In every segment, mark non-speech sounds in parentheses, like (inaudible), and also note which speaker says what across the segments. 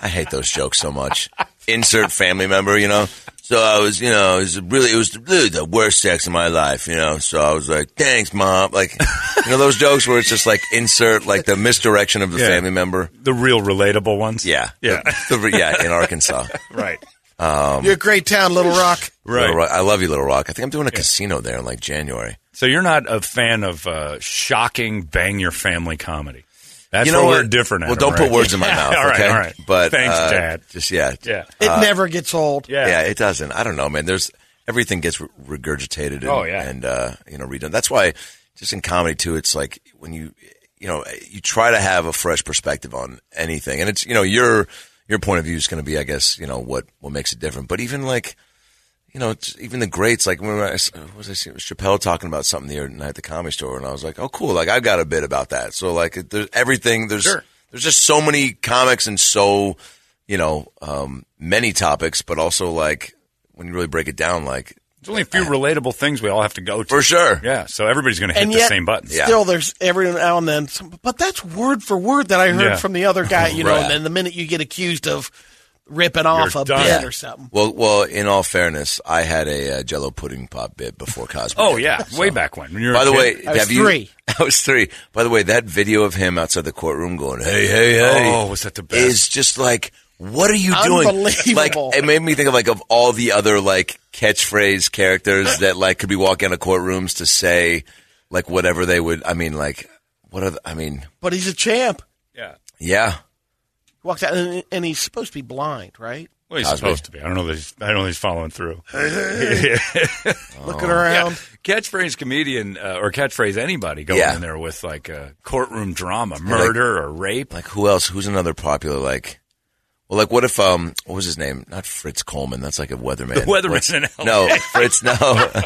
Speaker 1: I hate those jokes so much. Insert family member, you know. So I was, you know, it was really, it was really the worst sex of my life, you know. So I was like, "Thanks, mom." Like, you know, those jokes where it's just like insert like the misdirection of the
Speaker 2: Yeah.
Speaker 1: family member.
Speaker 2: The real relatable ones?
Speaker 1: Yeah,
Speaker 2: Yeah.
Speaker 1: The- the- yeah, in Arkansas.
Speaker 2: right.
Speaker 3: You're a great town, Little Rock.
Speaker 2: Right.
Speaker 1: Little Rock. I love you, Little Rock. I think I'm doing a casino there in like January.
Speaker 2: So you're not a fan of uh, shocking bang your family comedy. That's
Speaker 1: you know
Speaker 2: where
Speaker 1: what?
Speaker 2: we're different at.
Speaker 1: Well, don't
Speaker 2: right?
Speaker 1: put words in
Speaker 2: (laughs)
Speaker 1: my
Speaker 2: Yeah,
Speaker 1: mouth.
Speaker 2: all right,
Speaker 1: okay?
Speaker 2: all right.
Speaker 1: But
Speaker 2: Thanks,
Speaker 1: uh,
Speaker 2: Dad.
Speaker 1: Just yeah,
Speaker 2: Yeah.
Speaker 3: It never gets old.
Speaker 2: Yeah.
Speaker 1: Uh, yeah. It doesn't. I don't know, man. There's everything gets re- regurgitated. And,
Speaker 2: Oh, yeah.
Speaker 1: and uh, you know redone. That's why just in comedy too. It's like when you you know you try to have a fresh perspective on anything, and it's you know your your point of view is going to be, I guess, you know what what makes it different. But even like you know, it's, even the greats, like, remember I, s- what was I seeing? It was Chappelle talking about something the other night at the comedy store, and I was like, oh, cool. Like, I've got a bit about that. So, like, it- there's everything, there's,
Speaker 2: Sure.
Speaker 1: there's just so many comics and so, you know, um, many topics, but also, like, when you really break it down, like,
Speaker 2: There's only a few relatable things we all have to go to.
Speaker 1: for sure.
Speaker 2: Yeah, so everybody's going to hit
Speaker 3: and
Speaker 2: the
Speaker 3: yet,
Speaker 2: same buttons.
Speaker 1: Yeah.
Speaker 3: Still, there's every now and then. Some, but that's word for word that I heard
Speaker 2: Yeah.
Speaker 3: from the
Speaker 1: (laughs)
Speaker 3: other guy. You know,
Speaker 1: Right.
Speaker 3: and then the minute you get accused of ripping off a
Speaker 2: done.
Speaker 3: bit
Speaker 2: Yeah.
Speaker 3: or something,
Speaker 1: Well, well, in all fairness, I had a uh, Jello pudding pop bit before Cosby.
Speaker 2: Oh
Speaker 1: did.
Speaker 2: yeah,
Speaker 1: So-
Speaker 2: way back when. when you were
Speaker 1: By
Speaker 2: a
Speaker 1: the
Speaker 2: kid.
Speaker 1: way,
Speaker 3: I was
Speaker 1: have you?
Speaker 3: three.
Speaker 1: (laughs) I was three. By the way, that video of him outside the courtroom going, "Hey, hey, hey!"
Speaker 2: Oh, was that the best?
Speaker 1: Is just like, what are you doing?
Speaker 3: Unbelievable.
Speaker 1: Like, it made me think of like of all the other like catchphrase characters that like could be walking out of courtrooms to say like whatever they would. I mean, like what are? The, I mean,
Speaker 3: but he's a champ.
Speaker 2: yeah.
Speaker 1: yeah.
Speaker 3: He walks out, and, and he's supposed to be blind, right?
Speaker 2: Well, he's
Speaker 1: Cosby.
Speaker 2: supposed to be. I don't know. That he's, I don't know. He's following through. (laughs)
Speaker 1: Oh.
Speaker 3: Looking around.
Speaker 2: Catchphrase comedian uh, or catchphrase anybody going
Speaker 1: Yeah.
Speaker 2: in there with like uh, courtroom drama, murder or rape.
Speaker 1: Like who else? Who's another popular like? Well, like what if um, what was his name? Not Fritz Coleman. That's like a weatherman.
Speaker 2: The weatherman
Speaker 1: What's-
Speaker 2: in LA.
Speaker 1: No, Fritz. No,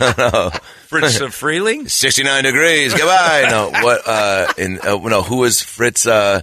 Speaker 1: (laughs) no. (laughs)
Speaker 2: Fritz uh, Freeling.
Speaker 1: 69 degrees. Goodbye. no, what? Uh, in uh, no, who was Fritz? Uh,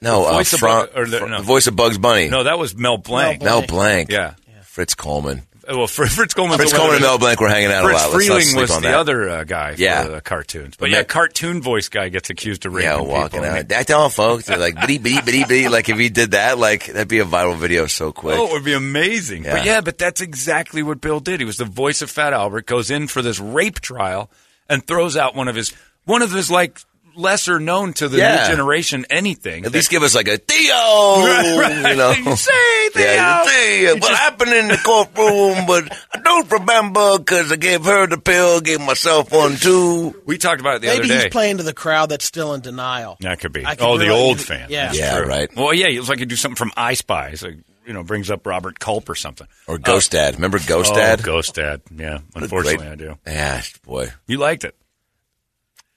Speaker 1: no,
Speaker 2: The voice
Speaker 1: uh,
Speaker 2: of
Speaker 1: Fran-
Speaker 2: Bu- or the-
Speaker 1: Fr-
Speaker 2: no.
Speaker 1: voice of Bugs Bunny.
Speaker 2: No, that was Mel Blanc.
Speaker 1: Mel Blanc.
Speaker 2: Yeah.
Speaker 1: Fritz Coleman.
Speaker 2: well, Fr- Fritz Coleman.
Speaker 1: Fritz Coleman and Mel Blanc were hanging out
Speaker 2: Fritz
Speaker 1: a lot. Let's not
Speaker 2: Freeling
Speaker 1: sleep
Speaker 2: was
Speaker 1: on
Speaker 2: the
Speaker 1: that.
Speaker 2: other uh, guy
Speaker 1: Yeah.
Speaker 2: for the cartoons. But
Speaker 1: But
Speaker 2: yeah,
Speaker 1: that-
Speaker 2: cartoon voice guy gets accused of raping
Speaker 1: Yeah, walking
Speaker 2: people.
Speaker 1: out. I tell folks, they're like, bitty, bitty, bitty, bitty. Like, if he did that, like, that'd be a viral video so quick.
Speaker 2: Oh, it would be amazing. But
Speaker 1: Yeah.
Speaker 2: yeah, but that's exactly what Bill did. He was the voice of Fat Albert, goes in for this rape trial and throws out one of his one of his like lesser known to the
Speaker 1: Yeah.
Speaker 2: new generation anything. (laughs)
Speaker 1: At least give us like a Theo, you know.
Speaker 2: Say Theo.
Speaker 1: Yeah, Theo. What happened in the courtroom, but I don't remember because I gave her the pill, gave myself one too.
Speaker 2: we talked about it the
Speaker 3: Maybe
Speaker 2: other day.
Speaker 3: he's playing to the crowd that's still in denial.
Speaker 4: That could be.
Speaker 3: I could
Speaker 4: Oh, the
Speaker 3: really-
Speaker 4: old fan.
Speaker 3: Yeah.
Speaker 4: That's
Speaker 1: Yeah,
Speaker 4: true.
Speaker 1: right.
Speaker 2: Well, yeah, it was like you do something from I Spy. It's like, you know, brings up Robert Culp or something.
Speaker 1: Or Ghost Dad. Remember Ghost
Speaker 2: oh,
Speaker 1: Dad?
Speaker 2: Ghost Dad. Yeah, unfortunately, I do.
Speaker 1: Yeah, boy.
Speaker 2: You liked it.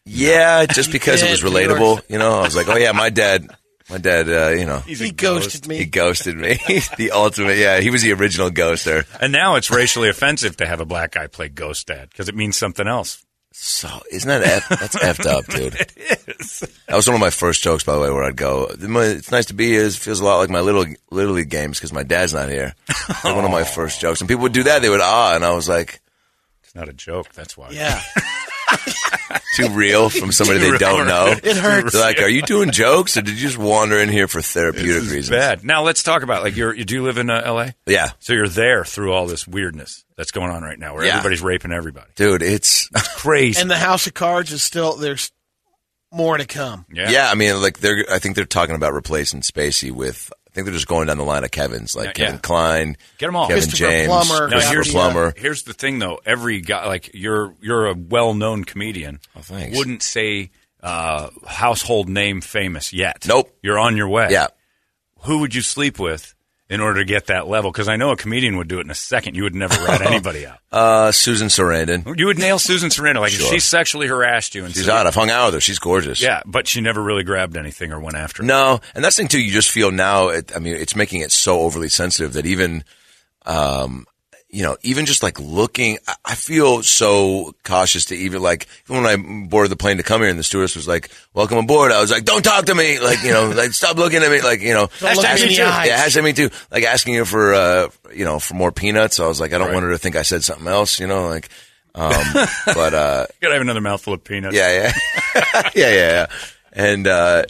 Speaker 1: Yeah, just because it was
Speaker 3: did, George.
Speaker 1: relatable, you know. I was like, oh yeah, my dad, my dad, uh, you know,
Speaker 3: He ghosted me.
Speaker 1: he ghosted me. (laughs) the ultimate, yeah, he was the original ghoster.
Speaker 2: And now it's racially offensive to have a black guy play Ghost Dad because it means something else.
Speaker 1: So isn't that F- that's
Speaker 2: (laughs)
Speaker 1: effed up, dude? it is. That was one of my first jokes, by the way, where I'd go, "It's nice to be here. It feels a lot like my little little league games because my dad's not here." Like
Speaker 2: (laughs)
Speaker 1: one of my first jokes, and people would do that. They would ah, and I was like,
Speaker 2: It's not a joke. That's why.
Speaker 3: Yeah.
Speaker 1: "Too
Speaker 2: (laughs)
Speaker 1: real from somebody they don't know."
Speaker 3: It hurts.
Speaker 1: They're like, "Are you doing jokes, or did you just wander in here for therapeutic reasons?"
Speaker 2: Bad. Now let's talk about like you're, you do live in uh, L.A.
Speaker 1: Yeah.
Speaker 2: So you're there through all this weirdness that's going on right now, where
Speaker 1: Yeah.
Speaker 2: everybody's raping everybody.
Speaker 1: Dude, it's (laughs)
Speaker 2: Crazy.
Speaker 3: and the House of Cards is still there's more to come.
Speaker 2: yeah.
Speaker 1: Yeah, I mean, like they're. I think they're talking about replacing Spacey with. I think they're just going down the line of Kevin's, like
Speaker 2: Yeah,
Speaker 1: Kevin
Speaker 2: yeah.
Speaker 1: Klein,
Speaker 2: Get 'em all.
Speaker 1: Kevin
Speaker 3: Christopher
Speaker 1: James,
Speaker 3: Plummer,
Speaker 2: Now,
Speaker 1: Christopher
Speaker 2: here's-
Speaker 1: Plummer.
Speaker 2: Here's the thing, though. Every guy, like you're, you're a well-known comedian.
Speaker 1: Oh, thanks.
Speaker 2: Wouldn't say uh, household name famous yet.
Speaker 1: Nope.
Speaker 2: You're on your way.
Speaker 1: Yeah,
Speaker 2: Who would you sleep with in order to get that level? Because I know a comedian would do it in a second. You would
Speaker 1: (laughs)
Speaker 2: never rat anybody out.
Speaker 1: uh, Susan Sarandon.
Speaker 2: You would nail Susan Sarandon. Like if
Speaker 1: Sure.
Speaker 2: she sexually harassed you and
Speaker 1: She's
Speaker 2: said-
Speaker 1: on. I've hung out with her. She's
Speaker 2: (laughs)
Speaker 1: gorgeous.
Speaker 2: Yeah, but she never really grabbed anything or went after. it.
Speaker 1: No, and that's the thing too. You just feel now. It, I mean, it's making it so overly sensitive that even, um, you know, even just like looking, I, I feel so cautious to even like even when I boarded the plane to come here, and the stewardess was like, "Welcome aboard." I was like, "Don't talk to me!" Like you know, (laughs) like stop looking at me! Like you know,
Speaker 3: Don't look
Speaker 1: ask
Speaker 3: me in
Speaker 1: me
Speaker 3: the
Speaker 1: too.
Speaker 3: eyes.
Speaker 1: Yeah, hashtag me too. Like asking her for uh, you know, for more peanuts. I was like, I don't want her to think I said something else. You know, like, um, (laughs) but uh.
Speaker 2: You gotta have another mouthful of peanuts.
Speaker 1: Yeah, yeah, (laughs) yeah, yeah, yeah. And uh,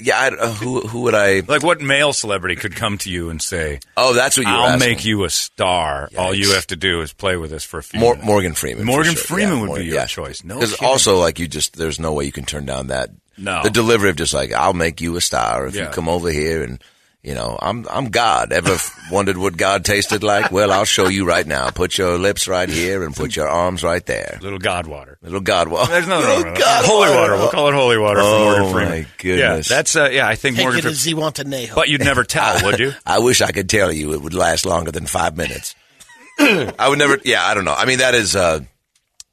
Speaker 1: yeah, I, uh, who who would I?
Speaker 2: Like what male celebrity could come to you and say,
Speaker 1: Oh, that's what you. were
Speaker 2: "I'll
Speaker 1: asking.
Speaker 2: make you a star. All you have to do is play with us for a few."
Speaker 1: Mor-
Speaker 2: minutes."
Speaker 1: Morgan Freeman. for
Speaker 2: Morgan
Speaker 1: sure.
Speaker 2: Freeman
Speaker 1: Yeah,
Speaker 2: would
Speaker 1: Morgan-
Speaker 2: be your
Speaker 1: yeah.
Speaker 2: choice. No,
Speaker 1: 'Cause
Speaker 2: kidding.
Speaker 1: also like you just there's no way you can turn down that.
Speaker 2: No.
Speaker 1: the delivery of just like I'll make you a star if
Speaker 2: Yeah.
Speaker 1: you come over here and. You know, I'm I'm God. Ever f- (laughs) wondered what God tasted like? Well, I'll show you right now. Put your lips right here and put your arms right there.
Speaker 2: little God
Speaker 1: (laughs)
Speaker 2: water.
Speaker 1: Little God, well,
Speaker 2: There's no, no,
Speaker 1: little
Speaker 2: no, no.
Speaker 1: God
Speaker 2: holy water. We'll call it holy water
Speaker 1: Oh,
Speaker 2: for Morgan Freeman.
Speaker 1: my goodness.
Speaker 2: Yeah, that's uh, yeah. I think
Speaker 3: Take
Speaker 2: Morgan.
Speaker 3: it
Speaker 2: Freeman.
Speaker 3: as he wants to nail.
Speaker 2: But you'd never tell,
Speaker 1: (laughs)
Speaker 2: would you?
Speaker 1: I wish I could tell you it would last longer than five minutes. (clears throat) I would never. Yeah, I don't know. I mean, that is. Uh,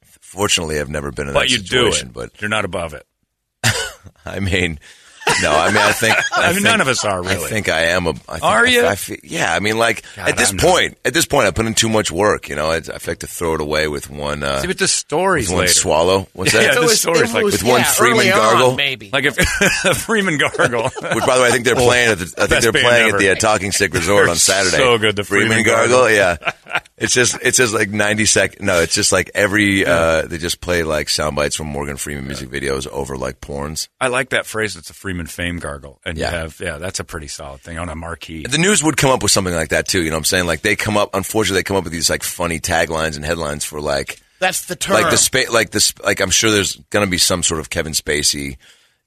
Speaker 1: fortunately, I've never been in
Speaker 2: But
Speaker 1: that
Speaker 2: you do
Speaker 1: situation.
Speaker 2: it.
Speaker 1: But
Speaker 2: You're not above it.
Speaker 1: I mean, no. I mean, I think. I,
Speaker 2: (laughs) I, mean,
Speaker 1: think,
Speaker 2: none of us are
Speaker 1: I
Speaker 2: really.
Speaker 1: think I am a. I think,
Speaker 2: Are
Speaker 1: I-
Speaker 2: you?
Speaker 1: I fe- yeah. I mean, like
Speaker 2: God,
Speaker 1: at this
Speaker 2: I'm not.
Speaker 1: point, at this point, I put in too much work. You know, I, I like to throw it away with one. Uh,
Speaker 2: See, but the stories
Speaker 1: with one
Speaker 2: later.
Speaker 1: swallow. (laughs)
Speaker 2: (laughs)
Speaker 1: What's
Speaker 2: Yeah,
Speaker 1: that?
Speaker 2: yeah,
Speaker 3: So
Speaker 2: this
Speaker 3: if
Speaker 2: story's
Speaker 3: it
Speaker 2: like-
Speaker 3: was-
Speaker 1: With one
Speaker 3: yeah,
Speaker 1: Freeman
Speaker 3: early on,
Speaker 1: gargle?
Speaker 3: maybe.
Speaker 2: like if (laughs) Freeman Gargle.
Speaker 1: Which, by the way, I think they're playing at the, I think
Speaker 2: Best
Speaker 1: they're
Speaker 2: band
Speaker 1: playing
Speaker 2: ever.
Speaker 1: at the uh, Talking Stick Resort
Speaker 2: They're
Speaker 1: on Saturday.
Speaker 2: so good, the Freeman
Speaker 1: Gargle.
Speaker 2: Gargle. (laughs)
Speaker 1: Yeah, it's just it's just like ninety second. No, it's just like every uh, they just play like sound bites from Morgan Freeman music videos over like porns.
Speaker 2: I like that phrase. It's a Freeman fame gargle, and
Speaker 1: Yeah.
Speaker 2: you have yeah, that's a pretty solid thing on a marquee.
Speaker 1: The news would come up with something like that too. You know what I'm saying? Like they come up. Unfortunately, they come up with these like funny taglines and headlines for like
Speaker 3: That's the term.
Speaker 1: like the spa- like this like I'm sure there's gonna be some sort of Kevin Spacey.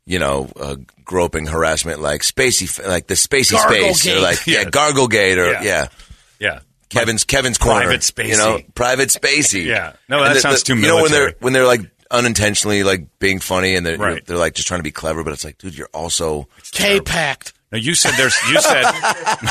Speaker 1: You know, uh, groping harassment, like Spacey, f- like the Spacey space, or
Speaker 3: Garglegate.
Speaker 1: like yeah,
Speaker 2: Yeah.
Speaker 1: Garglegate, or
Speaker 2: Yeah.
Speaker 1: yeah.
Speaker 2: Yeah,
Speaker 1: Kevin's Kevin's corner.
Speaker 2: Private Spacey.
Speaker 1: You know, private Spacey.
Speaker 2: (laughs) Yeah. No, that sounds too
Speaker 1: You know when
Speaker 2: military.
Speaker 1: they're when they're like unintentionally like being funny and they're
Speaker 2: Right.
Speaker 1: you're- they're like just trying to be clever, but it's like, dude, you're also
Speaker 3: K packed.
Speaker 2: No, you said there's. You said.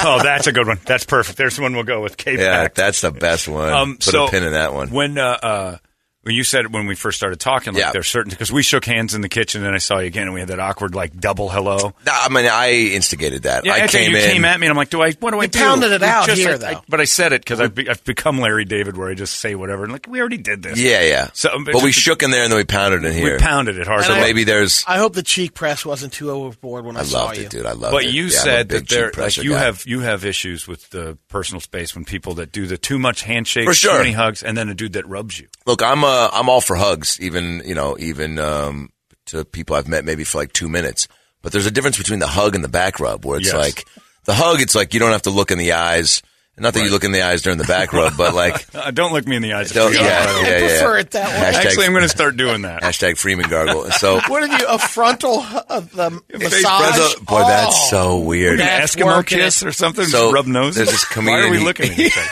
Speaker 2: oh, that's a good one. That's perfect. There's one we'll go with. K.
Speaker 1: yeah. That's the best one. Put
Speaker 2: Um, so
Speaker 1: a pin in that one.
Speaker 2: When uh, uh, when you said it when we first started talking, like
Speaker 1: Yeah.
Speaker 2: there's certain because we shook hands in the kitchen and I saw you again and we had that awkward like double hello.
Speaker 1: No, I mean, I instigated that.
Speaker 2: Yeah,
Speaker 1: I
Speaker 2: after
Speaker 1: came
Speaker 2: you
Speaker 1: in.
Speaker 2: came at me, and I'm like, "Do I? What do I do?"
Speaker 3: pounded it
Speaker 2: You
Speaker 3: out
Speaker 2: just-
Speaker 3: here,
Speaker 2: I-
Speaker 3: though.
Speaker 2: I- but I said it because I've, be, I've become Larry David, where I just say whatever, and like we already did this.
Speaker 1: yeah, yeah.
Speaker 2: So, um,
Speaker 1: but we shook in there and then we pounded in
Speaker 2: we
Speaker 1: here.
Speaker 2: pounded it hard.
Speaker 1: So maybe there's.
Speaker 3: I hope the cheek press wasn't too overboard when I,
Speaker 1: I
Speaker 3: saw
Speaker 1: loved
Speaker 3: you.
Speaker 1: it, dude. I loved
Speaker 2: But
Speaker 1: it.
Speaker 2: you
Speaker 1: Yeah, I'm a
Speaker 2: said
Speaker 1: big
Speaker 2: that
Speaker 1: cheek
Speaker 2: there, like
Speaker 1: pressure
Speaker 2: you
Speaker 1: guy.
Speaker 2: have you have issues with the personal space when people that do the too much handshakes,
Speaker 1: For sure.
Speaker 2: too many hugs, and then a dude that rubs you.
Speaker 1: Look, I'm uh, I'm all for hugs, even you know, even um, to people I've met maybe for like two minutes. But there's a difference between the hug and the back rub, where it's
Speaker 2: Yes.
Speaker 1: like the hug. It's like you don't have to look in the eyes. Not that you look in the eyes during the back rub,
Speaker 2: (laughs)
Speaker 1: but like, (laughs)
Speaker 2: Uh, don't look me in the eyes.
Speaker 1: don't, yeah,
Speaker 2: Yeah.
Speaker 1: yeah, yeah,
Speaker 3: prefer it that way.
Speaker 2: (laughs)
Speaker 1: Hashtag,
Speaker 2: Actually, I'm going to start doing that.
Speaker 1: hashtag Freeman gargle. So,
Speaker 3: (laughs) What are you, a frontal (laughs) uh, the massage? Oh.
Speaker 1: Brother- boy, that's so weird.
Speaker 2: An
Speaker 3: That's
Speaker 2: Eskimo
Speaker 3: working.
Speaker 2: kiss or something.
Speaker 1: So,
Speaker 2: just rub noses.
Speaker 1: there's this
Speaker 2: Why are
Speaker 1: comedian,
Speaker 2: we
Speaker 1: he-
Speaker 2: looking at
Speaker 1: (laughs)
Speaker 2: each other?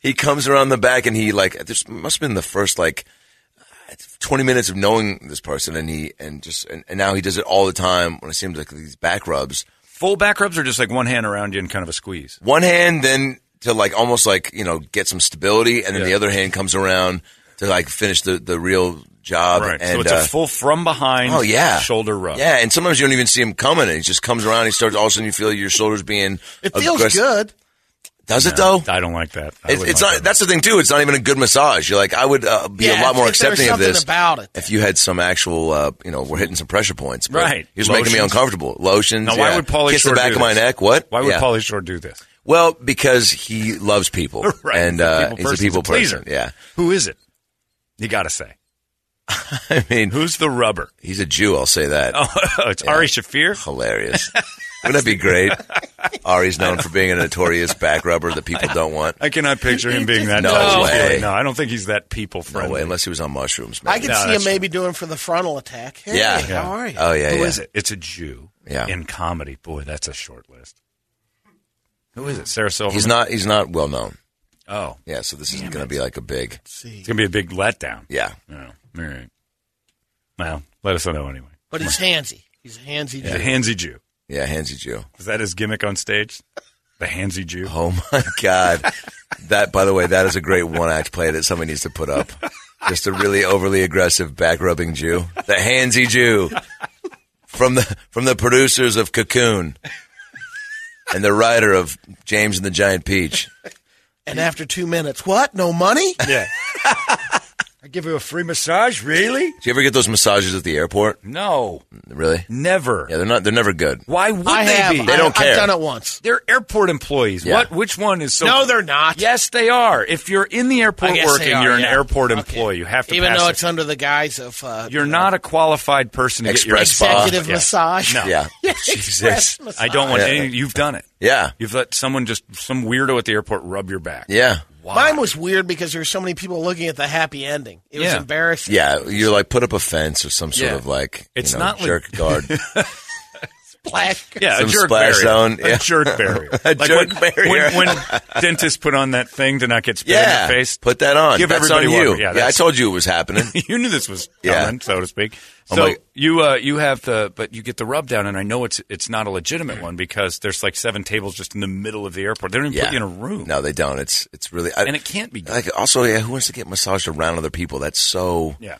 Speaker 1: he comes around the back and he like this must have been the first like 20 minutes of knowing this person and he and just and, and now he does it all the time when I see him like these back rubs
Speaker 2: Full back rubs are just like one hand around you and kind of a squeeze.
Speaker 1: one hand then to like almost like you know get some stability and then
Speaker 2: Yeah.
Speaker 1: the other hand comes around to like finish the the real job
Speaker 2: Right.
Speaker 1: and
Speaker 2: so it's
Speaker 1: uh,
Speaker 2: a full from behind.
Speaker 1: Oh yeah,
Speaker 2: Shoulder rub.
Speaker 1: Yeah, and sometimes you don't even see him coming, and he just comes around. And he starts all of a sudden. You feel your shoulders being.
Speaker 3: It feels
Speaker 1: aggressive.
Speaker 3: good.
Speaker 1: Does it though?
Speaker 2: I don't like that. I
Speaker 1: It's,
Speaker 2: wouldn't
Speaker 1: it's
Speaker 2: like
Speaker 1: not. That's the thing too. It's not even a good massage. You're like, I would uh, be a
Speaker 3: Yeah,
Speaker 1: lot more
Speaker 3: if there's
Speaker 1: accepting of
Speaker 3: something
Speaker 1: this
Speaker 3: about it.
Speaker 1: if you had some actual. Uh, you know, we're hitting some pressure points. but
Speaker 2: Right.
Speaker 1: You're just making me
Speaker 2: Lotions.
Speaker 1: uncomfortable. Lotions.
Speaker 2: Now, why
Speaker 1: yeah.
Speaker 2: would Pauly
Speaker 1: kiss
Speaker 2: Shore
Speaker 1: the back
Speaker 2: do
Speaker 1: of my
Speaker 2: this?
Speaker 1: neck? What?
Speaker 2: Why would
Speaker 1: yeah.
Speaker 2: Pauly Shore do this? (laughs)
Speaker 1: Well, because he loves people,
Speaker 2: Right.
Speaker 1: and
Speaker 2: He's a
Speaker 1: uh,
Speaker 2: people
Speaker 1: he's a
Speaker 2: person.
Speaker 1: people
Speaker 2: He's a pleaser.
Speaker 1: person. Yeah.
Speaker 2: Who is it? You got to say.
Speaker 1: I mean,
Speaker 2: Who's the rubber? (laughs)
Speaker 1: he's a Jew. I'll say that.
Speaker 2: Oh, it's Ari Shafir. (laughs)
Speaker 1: Hilarious. Wouldn't that be great? Ari's known for being a notorious back rubber
Speaker 2: (laughs)
Speaker 1: that people don't want.
Speaker 2: I cannot picture him being that.
Speaker 1: No
Speaker 2: touchy-feely.
Speaker 1: way.
Speaker 2: No, I don't think he's that people
Speaker 1: No
Speaker 2: friendly.
Speaker 1: way, unless he was on mushrooms.
Speaker 3: I
Speaker 1: Man.
Speaker 3: could
Speaker 2: No,
Speaker 3: see
Speaker 2: that's
Speaker 3: him maybe doing for the frontal attack. Hey,
Speaker 1: Yeah.
Speaker 3: how
Speaker 1: Yeah.
Speaker 3: are you?
Speaker 1: Oh yeah,
Speaker 2: Who
Speaker 1: yeah.
Speaker 2: is it? It's a Jew.
Speaker 1: Yeah.
Speaker 2: In comedy, boy, that's a short list. Who is it? Sarah Silverman.
Speaker 1: He's not. He's not well known.
Speaker 2: Oh,
Speaker 1: Yeah, so this isn't going to be like a big.
Speaker 2: it's gonna be a big letdown.
Speaker 1: Yeah.
Speaker 2: No. All right. Well, let us know anyway.
Speaker 3: But he's handsy. He's a handsy
Speaker 2: The
Speaker 3: dude.
Speaker 2: handsy Jew.
Speaker 1: Yeah, handsy Jew.
Speaker 2: Is that his gimmick on stage? The handsy Jew.
Speaker 1: Oh my God. that, by the way, that is a great one act play that somebody needs to put up. Just a really overly aggressive back rubbing Jew. The handsy Jew. From the from the producers of Cocoon. And the writer of James and the Giant Peach.
Speaker 3: And after two minutes, what?
Speaker 1: (laughs)
Speaker 3: No money?
Speaker 2: Yeah. I give you a free massage, really?
Speaker 1: Do you ever get those massages at the airport?
Speaker 2: No,
Speaker 1: Really?
Speaker 2: never.
Speaker 1: Yeah, they're not they're never good.
Speaker 2: Why would
Speaker 3: I
Speaker 2: they
Speaker 3: have.
Speaker 2: be?
Speaker 3: I,
Speaker 1: They don't care.
Speaker 3: I've done it once.
Speaker 2: They're airport employees.
Speaker 1: Yeah.
Speaker 2: What? Which one is so?
Speaker 3: No, they're not.
Speaker 2: Yes, they are. If you're in the airport
Speaker 3: I guess
Speaker 2: working,
Speaker 3: they are,
Speaker 2: you're an
Speaker 3: yeah.
Speaker 2: airport
Speaker 3: Okay.
Speaker 2: employee. You have to
Speaker 3: Even
Speaker 2: pass
Speaker 3: though
Speaker 2: it.
Speaker 3: it's under the guise of uh,
Speaker 2: You're not a qualified person to
Speaker 1: Express
Speaker 2: get your
Speaker 1: spa.
Speaker 3: executive
Speaker 2: Yeah.
Speaker 3: massage. (laughs)
Speaker 2: No. (laughs)
Speaker 1: Yeah.
Speaker 3: Express
Speaker 1: Jesus.
Speaker 3: massage.
Speaker 2: I don't want
Speaker 1: Yeah.
Speaker 2: any. You've done it.
Speaker 1: Yeah.
Speaker 2: You've let someone just some weirdo at the airport rub your back.
Speaker 1: Yeah.
Speaker 3: Mine was weird because there were so many people looking at the happy ending. It was
Speaker 2: Yeah.
Speaker 3: embarrassing.
Speaker 1: Yeah, you're like put up a fence or some sort
Speaker 2: Yeah.
Speaker 1: of like
Speaker 2: It's
Speaker 1: you know,
Speaker 2: not like-
Speaker 1: jerk
Speaker 2: (laughs)
Speaker 1: guard.
Speaker 3: Black.
Speaker 2: Yeah,
Speaker 1: Some
Speaker 2: a jerk
Speaker 1: splash
Speaker 2: barrier.
Speaker 1: zone, yeah.
Speaker 2: A
Speaker 1: (laughs)
Speaker 2: jerk barrier.
Speaker 1: A jerk
Speaker 2: when,
Speaker 1: barrier.
Speaker 2: When, when dentists put on that thing to not get spit
Speaker 1: Yeah,
Speaker 2: in the face.
Speaker 1: put that on.
Speaker 2: Give
Speaker 1: That's
Speaker 2: everybody
Speaker 1: on
Speaker 2: one.
Speaker 1: you.
Speaker 2: Yeah,
Speaker 1: Yeah, I
Speaker 2: that's-
Speaker 1: told you it was happening.
Speaker 2: (laughs) you knew this was
Speaker 1: Yeah.
Speaker 2: coming, so to speak.
Speaker 1: Oh,
Speaker 2: So
Speaker 1: my-
Speaker 2: you uh, you have the but you get the rub down, and I know it's it's not a legitimate one because there's like seven tables just in the middle of the airport. They don't even
Speaker 1: yeah,
Speaker 2: put you in a room.
Speaker 1: No, they don't. It's it's really I,
Speaker 2: And it can't be good.
Speaker 1: Like also, yeah, who wants to get massaged around other people? That's so
Speaker 2: Yeah.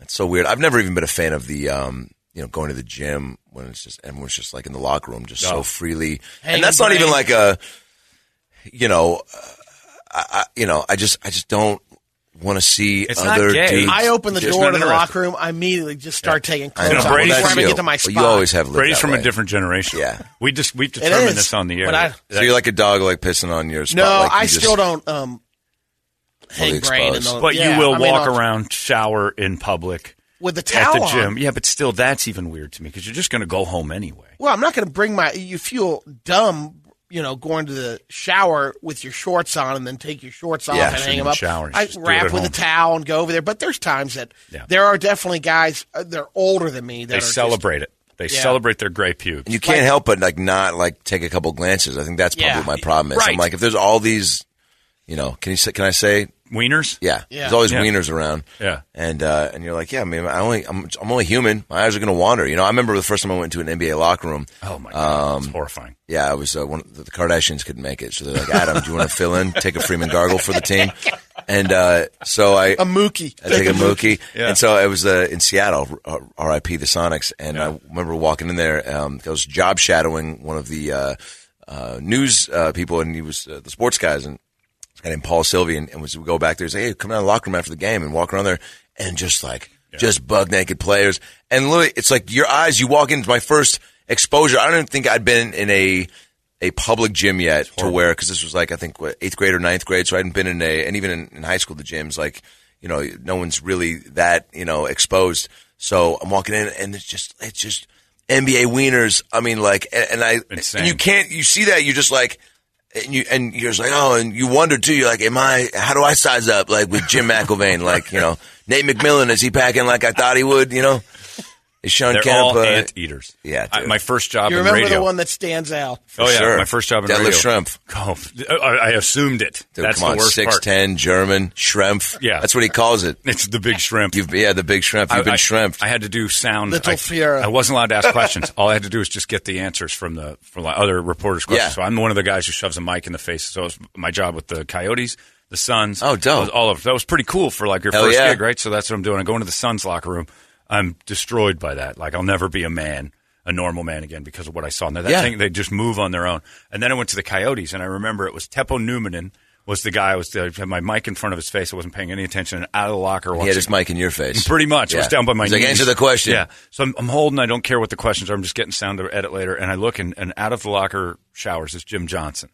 Speaker 1: that's so weird. I've never even been a fan of the um you know going to the gym when it's just everyone's just like in the locker room just
Speaker 2: No.
Speaker 1: so freely,
Speaker 3: Hang
Speaker 1: and that's not
Speaker 3: brain.
Speaker 1: even like a you know uh, I, I you know I just I just don't want to see
Speaker 2: It's not
Speaker 1: other
Speaker 2: gay.
Speaker 1: dudes.
Speaker 3: I open the
Speaker 2: Just
Speaker 3: door
Speaker 2: not
Speaker 3: to the
Speaker 2: interested.
Speaker 3: locker room. I immediately just start taking
Speaker 1: I
Speaker 3: clothes
Speaker 1: know.
Speaker 3: off
Speaker 2: Well,
Speaker 3: before
Speaker 2: that's
Speaker 3: I even
Speaker 1: you.
Speaker 3: get to my
Speaker 1: Well,
Speaker 3: spot.
Speaker 1: You always have lived
Speaker 2: Brady's
Speaker 1: that
Speaker 2: from
Speaker 1: way.
Speaker 2: a different generation.
Speaker 1: Yeah.
Speaker 2: we just we've determined
Speaker 3: is.
Speaker 2: this on the air.
Speaker 3: But I-
Speaker 1: So you're like a dog, like pissing on your spot.
Speaker 3: No,
Speaker 1: like you
Speaker 3: I
Speaker 1: just-
Speaker 3: still don't um, hang
Speaker 1: Fully
Speaker 3: brain. In
Speaker 1: exposed.
Speaker 3: the,
Speaker 2: but
Speaker 3: yeah,
Speaker 2: you will
Speaker 3: I mean,
Speaker 2: walk
Speaker 3: I'll-
Speaker 2: around, shower in public
Speaker 3: with the towel
Speaker 2: at the
Speaker 3: on.
Speaker 2: gym. Yeah, but still, that's even weird to me because you're just going to go home anyway.
Speaker 3: Well, I'm not going to bring my. You feel dumb, you know, going to the shower with your shorts on and then take your shorts off
Speaker 1: Yeah,
Speaker 3: and
Speaker 1: shouldn't
Speaker 3: hang them
Speaker 2: even
Speaker 3: up.
Speaker 2: shower. You
Speaker 3: I
Speaker 2: should do it
Speaker 3: wrap
Speaker 2: at
Speaker 3: with a
Speaker 2: home.
Speaker 3: towel and go over there. But there's times that
Speaker 2: Yeah.
Speaker 3: there are definitely guys. Uh, they're older than me. That
Speaker 2: They
Speaker 3: are
Speaker 2: celebrate it. They
Speaker 3: Yeah.
Speaker 2: celebrate their gray pubes.
Speaker 1: And you can't help but like not like take a couple glances. I think that's probably
Speaker 3: Yeah.
Speaker 1: what my problem is.
Speaker 2: Right.
Speaker 1: I'm like, if there's all these, you know, can you say, can I say,
Speaker 2: Wieners.
Speaker 1: yeah,
Speaker 3: Yeah.
Speaker 1: there's always
Speaker 2: Yeah.
Speaker 1: wieners around.
Speaker 2: Yeah.
Speaker 1: And, uh, and you're like, yeah, I mean, I only, I'm, I'm only human. My eyes are going to wander. You know, I remember the first time I went to an NBA locker room.
Speaker 2: Oh my god,
Speaker 1: Um,
Speaker 2: it's horrifying.
Speaker 1: Yeah, I was, uh, one, the Kardashians couldn't make it. So they're like, Adam, do you want to fill in, take a Freeman gargle for the team? And uh, so I
Speaker 3: A mookie.
Speaker 1: I take a
Speaker 3: (laughs)
Speaker 1: mookie.
Speaker 2: Yeah.
Speaker 1: And so I was uh, in Seattle, R- RIP the Sonics, and I remember walking in there. Um, I was job shadowing one of the uh, uh, news uh, people, and he was uh, the sports guys, and and then Paul Sylvie, and, and was would go back there. and say, "Hey, come down to the locker room after the game and walk around there, and just like just bug naked players." And literally, it's like your eyes. You walk into my first exposure. I don't even think I'd been in a a public gym yet to where because this was like I think what, eighth grade or ninth grade, so I hadn't been in a and even in, in high school the gyms like you know no one's really that you know exposed. So I'm walking in and it's just it's just NBA wieners. I mean like and, and I
Speaker 2: Insane.
Speaker 1: and you can't you see that you're just like and you and you're just like, oh, and you wonder too. You're like, am I? How do I size up? Like with
Speaker 2: (laughs)
Speaker 1: Jim McElvain, like you know, Nate McMillan, is he packing like I thought he would? You know, is Sean
Speaker 2: They're
Speaker 1: Kemp?
Speaker 2: all
Speaker 1: uh,
Speaker 2: ant eaters.
Speaker 1: yeah,
Speaker 2: I-
Speaker 1: dude.
Speaker 2: my first job
Speaker 3: You
Speaker 2: in
Speaker 3: remember
Speaker 2: radio.
Speaker 3: the one that stands out?
Speaker 2: oh yeah,
Speaker 1: Sure.
Speaker 2: my first job in
Speaker 1: Detlef
Speaker 2: radio.
Speaker 1: Schrempf.
Speaker 2: (laughs) Oh, I I assumed it.
Speaker 1: dude,
Speaker 2: That's
Speaker 1: come
Speaker 2: the
Speaker 1: on,
Speaker 2: worst
Speaker 1: six
Speaker 2: part.
Speaker 1: ten German Schrempf.
Speaker 2: Yeah.
Speaker 1: that's what he calls it.
Speaker 2: It's the big shrimp.
Speaker 1: You've yeah, the big shrimp. You've
Speaker 2: I,
Speaker 1: been
Speaker 2: I-
Speaker 1: shrimped.
Speaker 2: I had to do sound.
Speaker 3: Little
Speaker 2: I,
Speaker 3: Fiera.
Speaker 2: I wasn't allowed to
Speaker 3: (laughs)
Speaker 2: ask questions. All I had to do was just get the answers from the from the other reporters' questions.
Speaker 1: Yeah.
Speaker 2: So I'm one of the guys who shoves a mic in the face. So it was my job with the Coyotes, the Suns.
Speaker 1: Oh, dope.
Speaker 2: was All of that was pretty cool for like your
Speaker 1: Hell
Speaker 2: first
Speaker 1: yeah.
Speaker 2: gig, right? So that's what I'm doing. I go into the Suns locker room. I'm destroyed by that. Like I'll never be a man, a normal man again because of what I saw in there. That
Speaker 1: Yeah.
Speaker 2: thing, they just move on their own. And then I went to the Coyotes, and I remember it was Teppo Newmanin was the guy. I was I had my mic in front of his face. I wasn't paying any attention. And out of the locker,
Speaker 1: he had his mic in your face,
Speaker 2: Pretty much.
Speaker 1: Yeah.
Speaker 2: It was down by my
Speaker 1: He's
Speaker 2: knees.
Speaker 1: Like answer the question.
Speaker 2: Yeah. So I'm, I'm holding. I don't care what the questions are. I'm just getting sound to edit later. And I look, and, and out of the locker showers is Jim Johnson.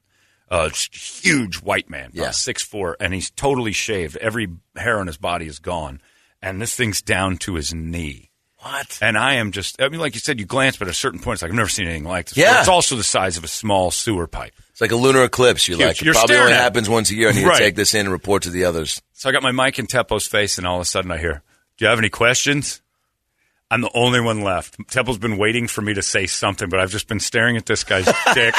Speaker 2: Uh, just huge white man,
Speaker 1: Yeah.
Speaker 2: six four, and he's totally shaved. Every hair on his body is gone, and this thing's down to his knee.
Speaker 1: What?
Speaker 2: And I am just, I mean, like you said, you glance, but at a certain point, it's like I've never seen anything like this.
Speaker 1: Yeah.
Speaker 2: But it's also the size of a small sewer pipe.
Speaker 1: It's like a lunar eclipse. You're
Speaker 2: Huge.
Speaker 1: like, it
Speaker 2: You're
Speaker 1: probably
Speaker 2: staring
Speaker 1: only
Speaker 2: at it.
Speaker 1: happens once a year. I need
Speaker 2: Right.
Speaker 1: to take this in and report to the others.
Speaker 2: So I got my mic in Teppo's face, and all of a sudden I hear, "Do you have any questions?" I'm the only one left. Teppo's been waiting for me to say something, but I've just been staring at this
Speaker 1: (laughs)
Speaker 2: guy's dick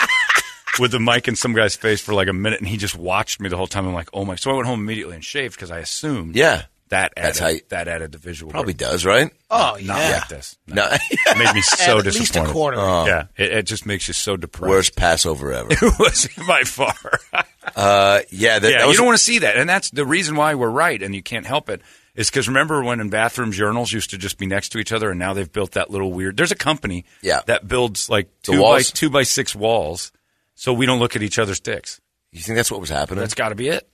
Speaker 2: with the mic in some guy's face for like a minute, and he just watched me the whole time. I'm like, "Oh my!" So I went home immediately and shaved because I assumed,
Speaker 1: Yeah,
Speaker 2: that added,
Speaker 1: That's how you-
Speaker 2: that added the visual,
Speaker 1: probably
Speaker 2: work. (laughs)
Speaker 1: does, right? (laughs)
Speaker 3: Oh
Speaker 2: not
Speaker 3: yeah,
Speaker 2: like this. No.
Speaker 1: No, Oh.
Speaker 2: It made me so
Speaker 3: (laughs) at least
Speaker 2: disappointed.
Speaker 3: a quarter.
Speaker 2: Yeah, it, it just makes you so depressed.
Speaker 1: worst Passover ever.
Speaker 2: (laughs) It was by far.
Speaker 1: Uh, yeah, that,
Speaker 2: yeah,
Speaker 1: that was
Speaker 2: you don't want to see that, and that's the reason why we're right, and you can't help it. Is because remember when in bathrooms urinals used to just be next to each other, and now they've built that little weird. There's a company
Speaker 1: Yeah.
Speaker 2: that builds like
Speaker 1: The
Speaker 2: two by
Speaker 1: walls?
Speaker 2: two by six walls, so we don't look at each other's dicks.
Speaker 1: You think that's what was happening?
Speaker 2: That's got to be it.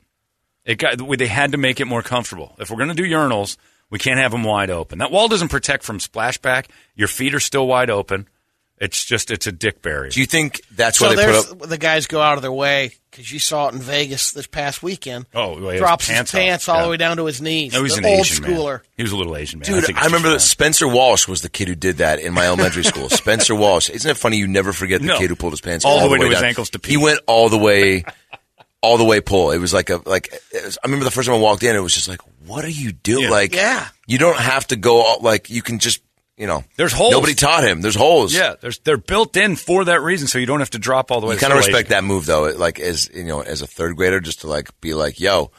Speaker 2: It got they had to make it more comfortable. If we're going to do urinals, we can't have them wide open. That wall doesn't protect from splashback. Your feet are still wide open. It's just it's a dick barrier.
Speaker 1: Do you think that's
Speaker 3: So
Speaker 1: why they put
Speaker 3: there's
Speaker 1: up?
Speaker 3: the guys go out of their way because you saw it in Vegas this past weekend.
Speaker 2: Oh, well, he has
Speaker 3: drops his
Speaker 2: pants
Speaker 3: pants,
Speaker 2: off.
Speaker 3: all
Speaker 2: Yeah.
Speaker 3: the way down to his knees.
Speaker 2: No, he's
Speaker 3: the
Speaker 2: an
Speaker 3: old
Speaker 2: Asian man.
Speaker 3: schooler.
Speaker 2: He was a little Asian man, I
Speaker 1: Dude,
Speaker 2: think
Speaker 1: I,
Speaker 2: it's just
Speaker 1: remember that
Speaker 2: fine.
Speaker 1: Spencer Walsh was the kid who did that in my
Speaker 2: (laughs)
Speaker 1: elementary school. Spencer Walsh. Isn't it funny? You never forget the
Speaker 2: No.
Speaker 1: kid who pulled his pants
Speaker 2: All the way to his
Speaker 1: down.
Speaker 2: ankles to pee.
Speaker 1: He went all the way, all the way pull. It was like a like. it was- I remember the first time I walked in, it was just like, "What are you doing?"
Speaker 2: Yeah.
Speaker 1: Like,
Speaker 3: Yeah.
Speaker 1: you don't have to go. All, like, you can just, you know,
Speaker 2: There's holes.
Speaker 1: Nobody taught him. There's holes.
Speaker 2: Yeah, there's, they're built in for that reason, so you don't have to drop all the way.
Speaker 1: I kind of respect that move though. It, Like as you know, as a third grader, just to like be like, yo,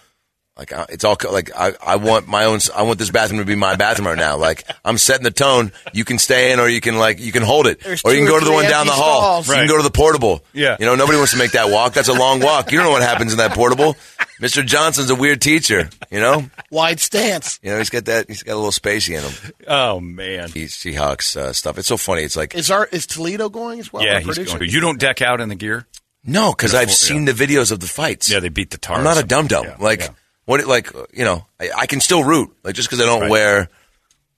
Speaker 1: like I, it's all co- like I, I want my own. s- I want this bathroom to be my bathroom right now. Like I'm setting the tone. You can stay in, or you can like you can hold it,
Speaker 3: There's
Speaker 1: or you
Speaker 3: two
Speaker 1: can go
Speaker 3: or
Speaker 1: to the
Speaker 3: three
Speaker 1: one down the
Speaker 3: empty
Speaker 1: hall.
Speaker 3: stalls.
Speaker 1: You can
Speaker 2: Right.
Speaker 1: go to the portable.
Speaker 2: Yeah.
Speaker 1: you know nobody wants to make that walk. That's a long walk. You don't know what happens in that portable. Mister Johnson's a weird teacher. You know,
Speaker 3: Wide stance.
Speaker 1: you know he's got that. He's got a little spacey in him.
Speaker 2: Oh man,
Speaker 1: He Seahawks uh, stuff. It's so funny. It's like
Speaker 3: Is our is Toledo going as well?
Speaker 2: yeah,
Speaker 3: Our
Speaker 2: he's
Speaker 3: producer?
Speaker 2: going to. You don't deck out in the gear.
Speaker 1: no, because I've
Speaker 2: yeah.
Speaker 1: seen the videos of the fights.
Speaker 2: Yeah, they beat the tar.
Speaker 1: I'm
Speaker 2: or
Speaker 1: not a
Speaker 2: something.
Speaker 1: dum dum.
Speaker 2: Yeah,
Speaker 1: like
Speaker 2: yeah.
Speaker 1: what? Like you know, I, I can still root. Like just because I don't
Speaker 2: Right.
Speaker 1: wear.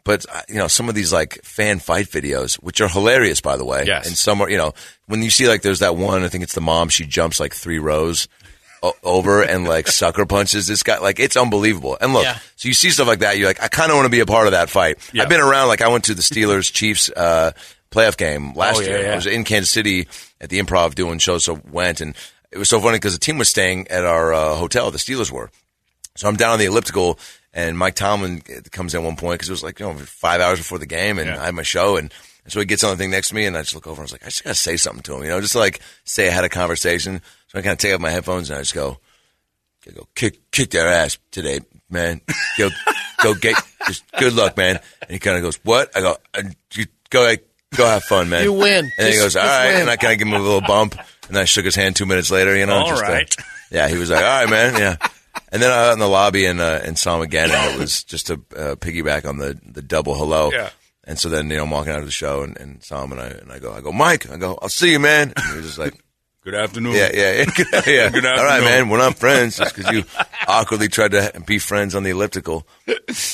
Speaker 1: But uh, you know, some of these like fan fight videos, which are hilarious, by the way.
Speaker 2: Yes.
Speaker 1: And some are, you know, when you see like there's that one, I think it's the mom. She jumps like three rows o- over and
Speaker 2: (laughs)
Speaker 1: like sucker punches this guy. Like it's unbelievable. And look,
Speaker 3: Yeah.
Speaker 1: so you see stuff like that, you're like, I kind of want to be a part of that fight.
Speaker 2: Yeah.
Speaker 1: I've been around. Like I went to the Steelers Chiefs uh, playoff game last
Speaker 2: Oh, yeah,
Speaker 1: year.
Speaker 2: yeah.
Speaker 1: I was in Kansas City at the Improv doing shows. So went and it was so funny because the team was staying at our uh, hotel. The Steelers were. So I'm down on the elliptical, and Mike Tomlin uh, comes in at one point because it was like you know five hours before the game, and
Speaker 2: Yeah.
Speaker 1: I had my show, and, and so he gets on the thing next to me, and I just look over, and I was like, I just gotta say something to him, you know, just to, like say I had a conversation. So I kind of take off my headphones and I just go, I go kick kick their ass today, man. Go go get just good luck, man. And he kind of goes, what? I go, "Uh, you go like, go have fun, man.
Speaker 3: You win.
Speaker 1: And then he
Speaker 3: (laughs) Just-
Speaker 1: goes, all
Speaker 3: just
Speaker 1: right,
Speaker 3: win.
Speaker 1: and I kind of give him a little bump, and I shook his hand two minutes later, you know.
Speaker 2: All
Speaker 1: just, uh,
Speaker 2: right.
Speaker 1: yeah, he was like, all right, man, yeah. And And then out in the lobby in uh, in Salmageddon, it was just to uh, piggyback on the the double hello.
Speaker 2: Yeah.
Speaker 1: And so then you know I'm walking out of the show and, and Sam and I and I go I go Mike I go I'll see you man. And you're just like
Speaker 2: Good afternoon.
Speaker 1: yeah
Speaker 2: (laughs)
Speaker 1: yeah yeah, yeah.
Speaker 2: Good
Speaker 1: All right
Speaker 2: afternoon.
Speaker 1: man, we're not friends just because you (laughs) awkwardly tried to be friends on the elliptical.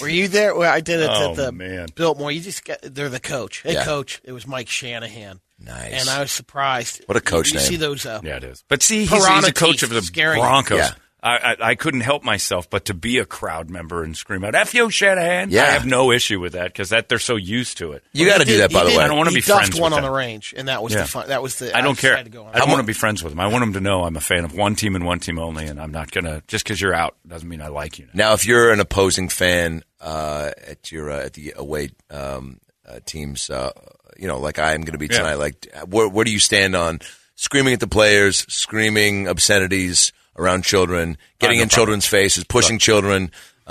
Speaker 3: Were you there? Well, I did it
Speaker 2: Oh,
Speaker 3: at the
Speaker 2: man.
Speaker 3: Biltmore. You just got, they're the coach. Hey,
Speaker 1: Yeah.
Speaker 3: coach. It was Mike Shanahan.
Speaker 1: Nice.
Speaker 3: And I was surprised.
Speaker 1: What a coach
Speaker 3: you, you
Speaker 1: name.
Speaker 3: see those? Uh,
Speaker 2: Yeah, it is. But see, he's, he's
Speaker 3: Piranha
Speaker 2: a coach
Speaker 3: teeth
Speaker 2: of the
Speaker 3: scaring you.
Speaker 2: Broncos.
Speaker 1: Yeah.
Speaker 2: I, I, I couldn't help myself but to be a crowd member and scream out "F you, Shanahan." I
Speaker 1: Yeah.
Speaker 2: have no issue with that because that they're so used to it.
Speaker 1: You got to do that by the way.
Speaker 2: I don't wanna
Speaker 3: he
Speaker 2: be
Speaker 3: duffed
Speaker 2: friends
Speaker 3: one
Speaker 2: with
Speaker 3: on
Speaker 2: them.
Speaker 3: the range, and that was
Speaker 2: Yeah.
Speaker 3: the fun. That was the.
Speaker 2: I don't care. I
Speaker 3: decided to go on.
Speaker 2: don't want to be friends with them. I want them to know I'm a fan of one team and one team only, and I'm not gonna just because you're out doesn't mean I like you. Now.
Speaker 1: Now, if you're an opposing fan uh, at your uh, at the away um, uh, teams, uh, you know, like I am going to be
Speaker 2: Yeah.
Speaker 1: tonight. Like, where where do you stand on screaming at the players, screaming obscenities around children, getting
Speaker 2: no
Speaker 1: in children's faces, pushing children,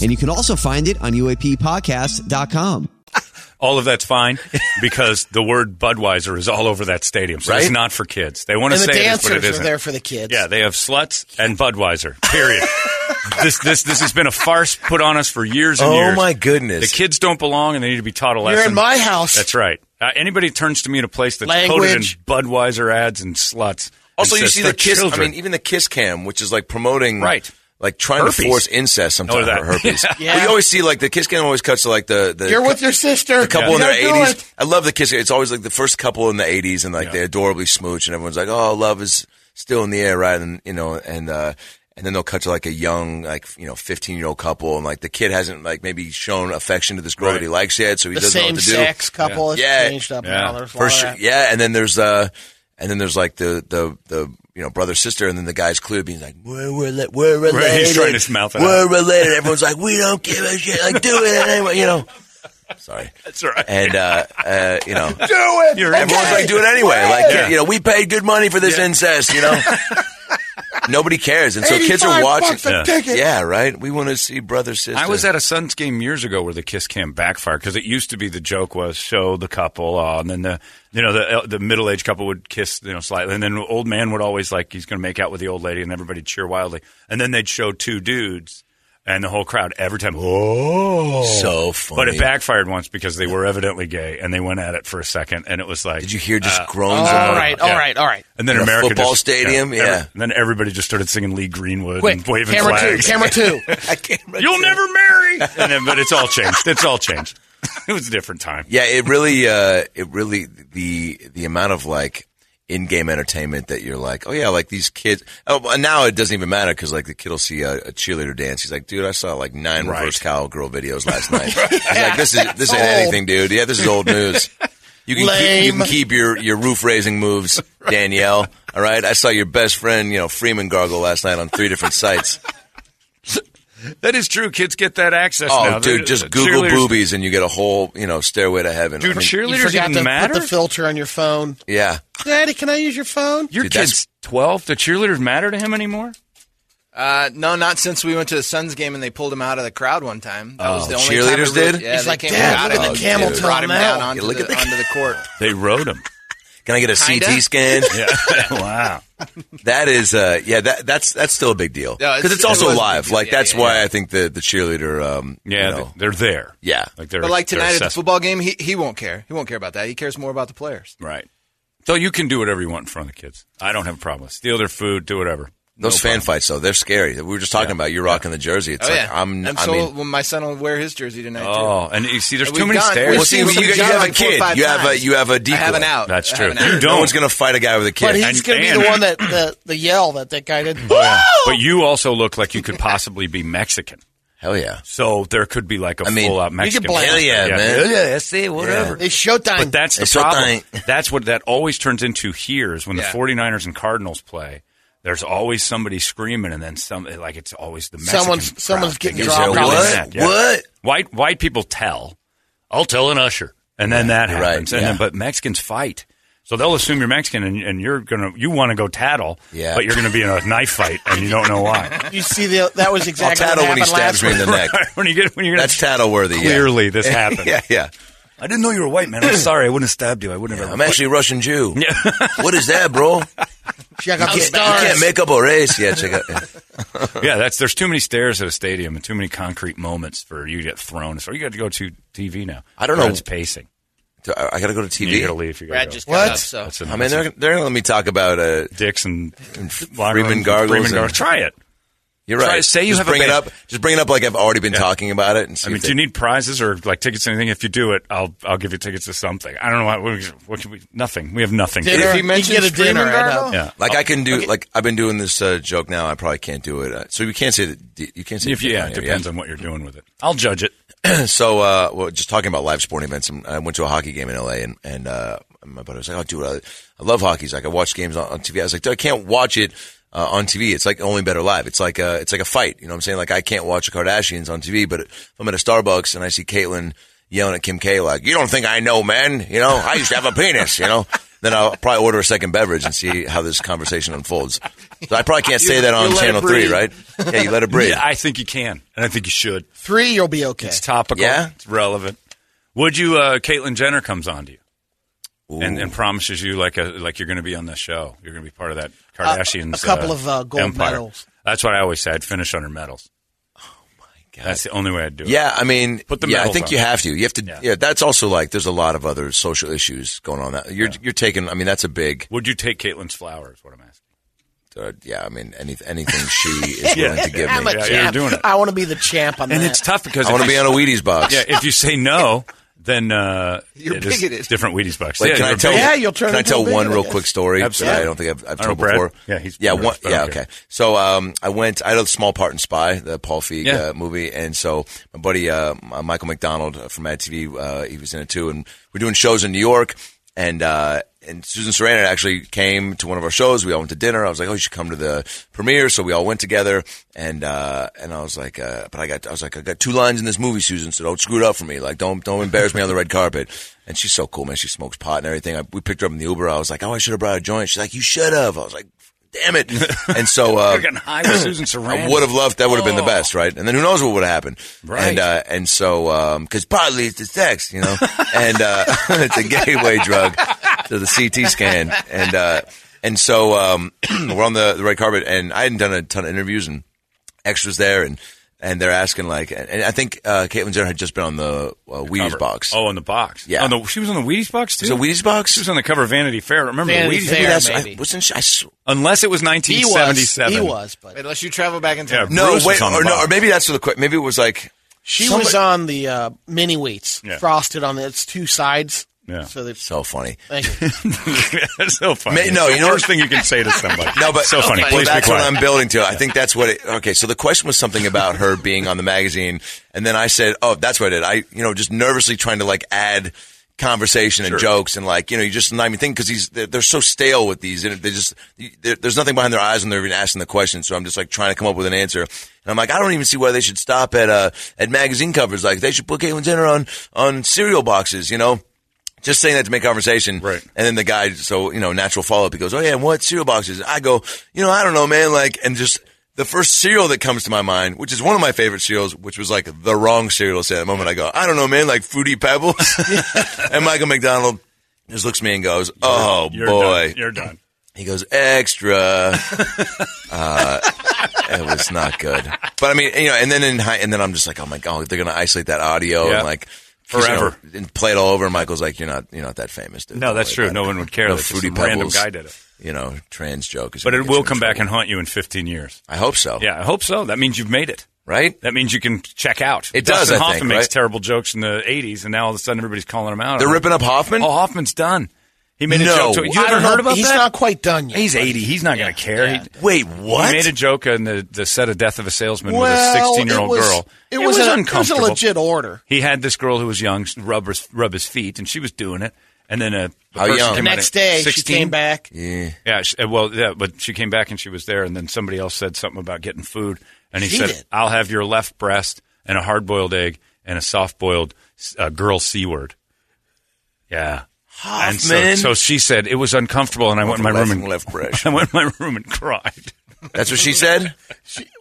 Speaker 5: And you can also find it on UAPpodcast.com.
Speaker 2: All of that's fine because the word Budweiser is all over that stadium, so it's
Speaker 1: Right?
Speaker 2: not for kids. They want to
Speaker 3: And the
Speaker 2: say it is, but
Speaker 3: dancers
Speaker 2: it
Speaker 3: are
Speaker 2: isn't.
Speaker 3: there for the kids.
Speaker 2: Yeah, they have sluts and Budweiser. Period.
Speaker 1: (laughs)
Speaker 2: this this this has been a farce put on us for years and
Speaker 1: oh
Speaker 2: years.
Speaker 1: my
Speaker 2: The
Speaker 1: goodness!
Speaker 2: kids don't belong, and they need to be taught a
Speaker 3: You're
Speaker 2: lesson.
Speaker 3: in my house.
Speaker 2: That's right. Uh, anybody turns to me in a place that's
Speaker 3: Language.
Speaker 2: coated in Budweiser ads and sluts.
Speaker 1: also,
Speaker 2: and
Speaker 1: you
Speaker 2: says
Speaker 1: see the
Speaker 2: they're
Speaker 1: kiss.
Speaker 2: Children.
Speaker 1: I mean, even the kiss cam, which is like promoting
Speaker 2: Right.
Speaker 1: Like trying
Speaker 2: Herpes.
Speaker 1: to force incest sometimes
Speaker 2: that. (laughs)
Speaker 1: or herpes.
Speaker 3: Yeah.
Speaker 1: Well, you always see like the kiss cam always cuts to like the, the
Speaker 3: You're with your sister.
Speaker 1: A couple
Speaker 3: You
Speaker 1: in their
Speaker 3: don't do it.
Speaker 1: eighties. I love the kiss. It's always like the first couple in the eighties, and like they adorably smooch, and everyone's like, "Oh, love is still in the air," right? And you know, and uh, and then they'll cut to like a young, like you know, fifteen year old couple, and like the kid hasn't like maybe shown affection to this girl that he likes yet, so he
Speaker 3: The
Speaker 1: doesn't know
Speaker 3: same
Speaker 1: what to
Speaker 3: sex
Speaker 1: do.
Speaker 3: couple has
Speaker 1: Yeah.
Speaker 3: changed up.
Speaker 2: Yeah.
Speaker 3: Now. There's a lot
Speaker 1: First,
Speaker 3: of that.
Speaker 1: yeah, and then there's uh, and then there's like the the the you know brother sister, and then the guy's clear being like, "We're we're, rela- we're related."
Speaker 2: trying to mouth it
Speaker 1: We're
Speaker 2: out.
Speaker 1: related. Everyone's like, "We don't give a shit." Like, do it anyway, you know. Sorry
Speaker 2: that's right.
Speaker 1: and uh, uh,
Speaker 2: (laughs)
Speaker 1: you know,
Speaker 2: You're
Speaker 1: everyone's like, do it anyway. Like,
Speaker 2: Yeah.
Speaker 1: you know, we paid good money for this incest.
Speaker 2: (laughs)
Speaker 1: You know, nobody cares, and so kids are
Speaker 3: 85
Speaker 1: watching.
Speaker 3: bucks a Yeah. ticket.
Speaker 1: Yeah, right. We want to see brother sister.
Speaker 2: I was at a Suns game years ago where the kiss cam backfired because it used to be the joke was show the couple, aw, and then the you know the uh, the middle aged couple would kiss you know slightly, and then the old man would always like he's going to make out with the old lady, and everybody'd cheer wildly, and then they'd show two dudes, and the whole crowd every time. Oh,
Speaker 1: so funny.
Speaker 2: But it backfired once because they were evidently gay and they went at it for a second, and it was like,
Speaker 1: Did you hear
Speaker 2: uh,
Speaker 1: just
Speaker 3: All
Speaker 2: Oh,
Speaker 1: groans? and-
Speaker 3: right, all
Speaker 2: Yeah.
Speaker 3: right, all right.
Speaker 2: And then
Speaker 1: In a
Speaker 2: America
Speaker 1: football
Speaker 2: just-
Speaker 1: stadium?
Speaker 2: every-
Speaker 1: Yeah.
Speaker 2: and then everybody just started singing Lee Greenwood
Speaker 3: Quick,
Speaker 2: and waving
Speaker 3: camera
Speaker 2: flags.
Speaker 3: two,
Speaker 6: (laughs)
Speaker 3: camera two.
Speaker 1: I can't remember.
Speaker 2: You'll never marry. (laughs) And then, but it's all changed. It's all changed. (laughs) It was a different time.
Speaker 1: Yeah, it really, uh, it really the the amount of like in game entertainment that you're like, oh yeah, like these kids. Oh, but now it doesn't even matter because like the kid will see a, a cheerleader dance. He's like, dude, I saw like nine
Speaker 2: Right.
Speaker 1: reverse cowgirl videos last night. He's like, this is this ain't anything, dude. Yeah, this is old news. You can, keep, you
Speaker 3: Lame.
Speaker 1: can keep your, your roof raising moves, Danielle. All right, I saw your best friend, you know, Freeman gargle last night on three different sites.
Speaker 2: That is true. Kids get that access
Speaker 1: Oh,
Speaker 2: now. They're-
Speaker 1: dude, just Google
Speaker 2: cheerleaders-
Speaker 1: boobies and you get a whole, you know, stairway to heaven.
Speaker 2: Dude,
Speaker 1: I mean,
Speaker 3: You
Speaker 2: cheerleaders
Speaker 3: forgot
Speaker 2: even
Speaker 3: to
Speaker 2: matter?
Speaker 3: put the filter on your phone.
Speaker 1: yeah.
Speaker 3: Daddy, can I use your phone?
Speaker 2: Your
Speaker 1: Dude, that's-
Speaker 2: kid's 12. Do cheerleaders matter to him anymore?
Speaker 6: Uh, no, not since we went to the Suns game and they pulled him out of the crowd one time. That was the only
Speaker 1: Oh, cheerleaders
Speaker 6: time I really-
Speaker 1: did?
Speaker 6: Yeah,
Speaker 3: He's
Speaker 6: they
Speaker 3: like,
Speaker 6: came
Speaker 3: "Dad,
Speaker 6: and
Speaker 3: look
Speaker 6: got
Speaker 3: at
Speaker 6: him.
Speaker 3: the camel
Speaker 6: They
Speaker 3: toe
Speaker 6: brought him
Speaker 3: now."
Speaker 6: down onto,
Speaker 1: Yeah, look
Speaker 6: the,
Speaker 1: at the-
Speaker 6: onto the court.
Speaker 2: They rode him.
Speaker 1: Can I get a
Speaker 6: Kinda. (laughs)
Speaker 1: CT
Speaker 2: (laughs)
Speaker 1: scan? (laughs)
Speaker 2: Yeah. wow.
Speaker 1: That is, uh, yeah, that, that's that's still a big deal
Speaker 6: No,
Speaker 1: because
Speaker 6: it's-
Speaker 1: it's also
Speaker 6: it was a big
Speaker 1: live.
Speaker 6: deal.
Speaker 1: Like
Speaker 6: Yeah,
Speaker 1: that's
Speaker 6: yeah,
Speaker 1: why
Speaker 6: yeah.
Speaker 1: I think the the cheerleader, um, you
Speaker 2: Yeah,
Speaker 1: know,
Speaker 2: they- they're there.
Speaker 1: yeah,
Speaker 2: Like they're,
Speaker 6: (laughs) But like
Speaker 2: they're
Speaker 6: tonight at the
Speaker 2: accessible.
Speaker 6: football game, he, he won't care. He won't care about that. He cares more about the players.
Speaker 2: Right. So you can do whatever you want in front of the kids. I don't have a problem. Steal their food, do whatever.
Speaker 1: those
Speaker 2: No
Speaker 1: fan
Speaker 2: problem.
Speaker 1: fights though they're scary. We were just talking about you rocking the jersey. It's
Speaker 6: oh
Speaker 1: like
Speaker 6: yeah,
Speaker 1: I'm,
Speaker 6: and
Speaker 1: I
Speaker 6: so
Speaker 1: mean,
Speaker 6: well, my son will wear his jersey tonight. too.
Speaker 2: Oh, and you see, there's
Speaker 6: And
Speaker 2: too
Speaker 6: we've
Speaker 2: many
Speaker 6: gone-
Speaker 2: stairs.
Speaker 6: we've
Speaker 1: well,
Speaker 6: seen
Speaker 1: see,
Speaker 6: what
Speaker 1: you,
Speaker 6: we've
Speaker 1: you
Speaker 6: done
Speaker 1: have a
Speaker 6: like four or
Speaker 1: kid,
Speaker 6: five
Speaker 1: you have a
Speaker 6: times.
Speaker 1: you have a
Speaker 6: I
Speaker 1: decoy.
Speaker 6: have an out.
Speaker 2: That's
Speaker 6: I have
Speaker 2: true.
Speaker 6: an out.
Speaker 2: You
Speaker 1: No
Speaker 2: don't.
Speaker 1: one's gonna fight a guy with a kid.
Speaker 3: But he's
Speaker 2: And-
Speaker 3: going to be
Speaker 2: and-
Speaker 3: the one that the, the yell that that guy did.
Speaker 6: (laughs)
Speaker 2: But you also look like you could possibly be Mexican.
Speaker 1: Hell yeah,
Speaker 2: So there could be like a
Speaker 1: I mean,
Speaker 2: full out
Speaker 1: you
Speaker 2: Mexican.
Speaker 3: could blame-
Speaker 2: conflict.
Speaker 1: Hell yeah, man.
Speaker 2: Hell yeah, that's it, whatever.
Speaker 3: It's showtime.
Speaker 2: But (laughs) that's the
Speaker 1: It's
Speaker 2: problem.
Speaker 1: showtime.
Speaker 2: That's what that always turns into here is when
Speaker 6: Yeah.
Speaker 2: the 49ers and Cardinals play. There's always somebody screaming, and then some. Like it's always the Mexican
Speaker 3: Someone's-
Speaker 2: crowd
Speaker 3: someone's
Speaker 2: that
Speaker 3: getting
Speaker 2: gets
Speaker 3: dropped
Speaker 2: really
Speaker 3: out. What?
Speaker 2: mad. Yeah.
Speaker 1: What?
Speaker 2: White white people tell. I'll tell an usher, and then that
Speaker 1: Right,
Speaker 2: happens. and then,
Speaker 1: yeah.
Speaker 2: but Mexicans fight, so they'll assume you're Mexican, and, and you're gonna you want to go tattle,
Speaker 1: Yeah.
Speaker 2: but you're gonna be in a knife fight, and you don't know
Speaker 1: (laughs)
Speaker 2: why.
Speaker 3: You see, the, that was
Speaker 1: I'll
Speaker 3: exactly
Speaker 1: tattle when
Speaker 3: what
Speaker 1: he
Speaker 3: happened last
Speaker 1: stabs me in the
Speaker 3: week.
Speaker 1: neck.
Speaker 2: (laughs) when you get when you're gonna
Speaker 1: That's tattle worthy.
Speaker 2: clearly this
Speaker 1: (laughs)
Speaker 2: happened.
Speaker 1: Yeah, yeah.
Speaker 2: I didn't know you were a white man. I'm sorry. I wouldn't have stabbed you. I wouldn't have.
Speaker 1: I'm actually a Russian Jew. what is that, bro? You
Speaker 3: Check out the
Speaker 1: can't, you
Speaker 3: stars.
Speaker 1: can't make up a race. Yeah, check out.
Speaker 2: yeah, that's there's too many stairs at a stadium and too many concrete moments for you to get thrown. So you got to go to TV now.
Speaker 1: I don't
Speaker 2: Brad's
Speaker 1: know.
Speaker 2: pacing.
Speaker 1: I I gotta go to
Speaker 2: You got to
Speaker 1: TV.
Speaker 2: leave. You gotta
Speaker 6: Brad
Speaker 2: go.
Speaker 6: just
Speaker 3: What?
Speaker 6: got up, so
Speaker 2: That's
Speaker 1: I
Speaker 2: enough.
Speaker 1: mean, they're they're gonna let me talk about. Uh,
Speaker 2: dicks and
Speaker 1: Freeman gargles
Speaker 2: Freeman
Speaker 1: and-
Speaker 2: gargles. Try it.
Speaker 1: you're
Speaker 2: Try-
Speaker 1: right.
Speaker 2: say you
Speaker 1: just
Speaker 2: have a
Speaker 1: bring it
Speaker 2: band.
Speaker 1: up. Just bring it up like I've already been talking about it. And see
Speaker 2: I mean,
Speaker 1: if
Speaker 2: do you
Speaker 1: they-
Speaker 2: need prizes or like tickets or anything? If you do it, I'll I'll give you tickets to something. I don't know what, what, what can we nothing. We have nothing.
Speaker 3: Dinner.
Speaker 6: if
Speaker 3: You
Speaker 6: he
Speaker 3: can
Speaker 6: mentions
Speaker 3: get a dinner,
Speaker 6: Freeman
Speaker 3: I know.
Speaker 6: Gargle,
Speaker 2: Yeah.
Speaker 1: Like I can do. Like I've been doing this uh, joke now. I probably can't do it. Uh, so you can't say that. You can't say
Speaker 2: If you, yeah,
Speaker 1: on
Speaker 2: it
Speaker 1: here,
Speaker 2: depends on what you're doing with it. I'll judge it.
Speaker 1: so uh, well, just talking about live sporting events, and I went to a hockey game in LA, and, and uh, my buddy was like, "Oh, dude, I, I love hockey." He's like, "I watch games on, on TV." I was like, "Dude, "I can't watch it uh, on TV. It's like only better live. It's like a, it's like a fight. You know what I'm saying? Like I can't watch the Kardashians on TV, but if I'm at a Starbucks and I see Caitlyn yelling at Kim K, like, "You don't think I know, man? You know, I used to have a penis. You know." Then I'll probably order a second beverage and see how this conversation unfolds. So I probably can't say that on
Speaker 6: you let it
Speaker 1: Channel Three,
Speaker 6: breathe.
Speaker 1: right? Yeah, you let it breathe.
Speaker 2: Yeah, I think you can, and I think you should.
Speaker 3: Three, you'll be okay.
Speaker 2: It's topical.
Speaker 1: Yeah?
Speaker 2: It's relevant. Would you? Uh, Caitlyn Jenner comes on to you and, and promises you like a like you're going to be on the show. You're going to be part of that
Speaker 1: Uh,
Speaker 2: Kardashians.
Speaker 3: a couple of, uh, gold
Speaker 2: empire.
Speaker 3: medals.
Speaker 2: That's what I always say. I'd finish on her medals. Oh my god! That's the only way I'd do it.
Speaker 1: Yeah, I mean,
Speaker 2: Put the
Speaker 1: yeah, I
Speaker 2: medals
Speaker 1: think
Speaker 2: on.
Speaker 1: you have to. You have to.
Speaker 2: Yeah.
Speaker 1: Yeah. that's also like there's a lot of other social issues going on. That you're you're taking. I mean, that's a big.
Speaker 2: Would you take Caitlyn's flower? Is what I'm asking.
Speaker 1: Uh, yeah, I mean, any, anything she is willing to give
Speaker 3: I'm
Speaker 1: me.
Speaker 2: (laughs)
Speaker 3: a
Speaker 2: Yeah,
Speaker 3: champ.
Speaker 2: you're doing it.
Speaker 3: I want to be the champ on
Speaker 2: And
Speaker 3: that.
Speaker 2: it's tough because
Speaker 1: I
Speaker 2: if
Speaker 1: want to
Speaker 2: you-
Speaker 1: be on a Wheaties box.
Speaker 2: Yeah, if you say
Speaker 1: (laughs)
Speaker 2: no, then uh,
Speaker 6: You're
Speaker 2: it is
Speaker 6: bigoted.
Speaker 2: different Wheaties bucks.
Speaker 1: Like,
Speaker 2: yeah,
Speaker 1: can I
Speaker 2: you're
Speaker 1: tell?
Speaker 2: bigoted.
Speaker 3: Yeah, you'll turn
Speaker 1: Can I
Speaker 3: into a
Speaker 1: tell
Speaker 3: bigot,
Speaker 1: one
Speaker 3: I
Speaker 1: real
Speaker 3: guess.
Speaker 1: quick story
Speaker 2: Absolutely.
Speaker 1: that I don't think I've, I've
Speaker 2: I don't
Speaker 1: told
Speaker 2: know, Brad?
Speaker 1: before?
Speaker 2: Yeah, he's
Speaker 1: yeah,
Speaker 2: part of
Speaker 1: one,
Speaker 2: us, but
Speaker 1: yeah,
Speaker 2: okay.
Speaker 1: okay. So um, I went. I did a small part in Spy, the Paul Feig
Speaker 2: Yeah.
Speaker 1: uh, movie, and so my buddy uh, M- Michael McDonald uh, from Mad TV, uh, he was in it too, and we're doing shows in New York, and uh, and Susan Sarandon actually came to one of our shows. We all went to dinner. I was like, oh, you should come to the premiere. So we all went together, and uh, and I was like, uh, but I got I was like, I got two lines in this movie, Susan, so don't screw it up for me. Like, don't don't embarrass me on the red carpet. And she's so cool, man. She smokes pot and everything. I, we picked her up in the Uber. I was like, oh, I should have brought a joint. She's like, you should have. I was like, damn
Speaker 2: (laughs)
Speaker 1: it. And so uh,
Speaker 2: You're getting high with Susan Sarandon. Oh,
Speaker 1: I would have loved. That would have been the best, right? And then who knows what would have happened,
Speaker 2: Right.
Speaker 1: And uh, and so because partly it's the sex, you know, (laughs) and uh, it's a gateway drug to the CT scan, and uh, and so um, (clears throat) we're on the, the red carpet, and I hadn't done a ton of interviews and extras there, and and they're asking like, and I think uh, Caitlyn Jenner had just been on the uh, Wheaties
Speaker 2: Cover.
Speaker 1: box.
Speaker 2: Oh, on the box.
Speaker 1: Yeah.
Speaker 2: On the, she was on the Wheaties box too.
Speaker 1: was it Wheaties box?
Speaker 2: She was on the cover of Vanity Fair. Remember the
Speaker 3: Vanity
Speaker 2: Wheaties?
Speaker 3: Fair.
Speaker 1: That's-
Speaker 3: maybe.
Speaker 1: I, wasn't she, I s-
Speaker 2: Unless it was
Speaker 3: he was.
Speaker 2: 1977.
Speaker 3: He was, but
Speaker 6: unless you travel back in
Speaker 2: Yeah,
Speaker 6: time.
Speaker 1: no,
Speaker 2: Bruce was
Speaker 1: wait,
Speaker 2: on the
Speaker 1: or no,
Speaker 2: box.
Speaker 1: or maybe that's the question. Maybe it was like
Speaker 3: she was on the uh, mini wheats,
Speaker 2: Yeah.
Speaker 3: frosted on the, its two sides.
Speaker 2: Yeah.
Speaker 3: So they.
Speaker 1: so funny.
Speaker 3: Thank
Speaker 2: (laughs)
Speaker 3: you.
Speaker 2: (laughs) That's so funny.
Speaker 1: Ma- no,
Speaker 2: It's
Speaker 1: you
Speaker 2: the
Speaker 1: know-
Speaker 2: worst thing you can say to (laughs) somebody.
Speaker 1: No, but
Speaker 2: so funny.
Speaker 1: Well,
Speaker 2: Please be
Speaker 1: that's what
Speaker 2: quiet.
Speaker 1: I'm building to. I think that's what it. Okay, so the question was something about her being on the magazine, and then I said, "Oh, that's what I did." I, you know, just nervously trying to like add conversation and jokes, and like you know, you just not even think because these they're, they're so stale with these, and they just there- there's nothing behind their eyes when they're even asking the question. So I'm just like trying to come up with an answer. And I'm like, I don't even see why they should stop at uh at magazine covers. Like they should put Caitlyn Jenner on on cereal boxes, you know just saying that to make conversation.
Speaker 2: Right.
Speaker 1: And then the guy, so, you know, natural follow up, he goes, Oh, yeah, and what cereal boxes? I go, You know, I don't know, man. Like, and just the first cereal that comes to my mind, which is one of my favorite cereals, which was like the wrong cereal to say at the moment. I go, I don't know, man, like Fruity Pebbles. (laughs) and Michael McDonald just looks at me and goes, Oh,
Speaker 2: You're
Speaker 1: boy.
Speaker 2: Done. You're done.
Speaker 1: He goes extra.
Speaker 2: (laughs)
Speaker 1: uh, it was not good, but I mean, you know, and then in high, and then I'm just like, oh my god, they're gonna isolate that audio
Speaker 2: Yeah.
Speaker 1: and like 'cause, you know,
Speaker 2: Forever.
Speaker 1: and play it all over. And Michael's like, you're not, you're not that famous, dude.
Speaker 2: No,
Speaker 1: Don't
Speaker 2: that's true.
Speaker 1: worry about
Speaker 2: No
Speaker 1: it.
Speaker 2: one would care.
Speaker 1: No
Speaker 2: that just
Speaker 1: Fruity
Speaker 2: some random
Speaker 1: Pebbles,
Speaker 2: guy did it.
Speaker 1: You know, trans joke is.
Speaker 2: But
Speaker 1: gonna
Speaker 2: it
Speaker 1: get you
Speaker 2: will
Speaker 1: in
Speaker 2: come back and
Speaker 1: trouble.
Speaker 2: haunt you in 15 years.
Speaker 1: I hope so.
Speaker 2: Yeah, I hope so. That means you've made it.
Speaker 1: right.
Speaker 2: That means you can check out.
Speaker 1: It does,
Speaker 2: Dustin
Speaker 1: I think,
Speaker 2: Hoffman makes
Speaker 1: right?
Speaker 2: terrible jokes in the '80s, and now all of a sudden everybody's calling him out.
Speaker 1: They're
Speaker 2: I'm
Speaker 1: ripping up Hoffman.
Speaker 2: like, Oh, Hoffman's done. He made a
Speaker 1: No.
Speaker 2: joke. To, you
Speaker 1: I
Speaker 2: haven't
Speaker 3: don't know,
Speaker 2: heard about
Speaker 3: he's
Speaker 2: that?
Speaker 3: not quite done yet.
Speaker 2: He's 80. He's not going to care. He,
Speaker 1: Wait, what?
Speaker 2: He made a joke on the, the set of Death of a Salesman with a
Speaker 3: Well,
Speaker 2: 16 year
Speaker 3: it
Speaker 2: old
Speaker 3: was-
Speaker 2: girl.
Speaker 3: It, was, a, it was a
Speaker 2: uncomfortable.
Speaker 3: legit order.
Speaker 2: He had this girl who was young rub her, rub his feet, and she was doing it. And then a the
Speaker 1: How
Speaker 2: person
Speaker 1: young?
Speaker 2: came
Speaker 1: The
Speaker 2: out
Speaker 3: Next
Speaker 2: at
Speaker 3: day, she
Speaker 2: 16?
Speaker 3: came back.
Speaker 1: Yeah.
Speaker 2: Yeah, she, uh, well, yeah, but she came back and she was there, and then somebody else said something about getting food, and he
Speaker 3: She
Speaker 2: said,
Speaker 3: did.
Speaker 2: "I'll have your left breast and a hard-boiled egg and a soft-boiled uh, girl c-word." Yeah, and so,
Speaker 1: Hoffman.
Speaker 2: so she said it was uncomfortable, and I went in my
Speaker 1: Left
Speaker 2: room
Speaker 1: and
Speaker 2: and
Speaker 1: left brush.
Speaker 2: (laughs) I went in my room and cried
Speaker 1: That's what she said.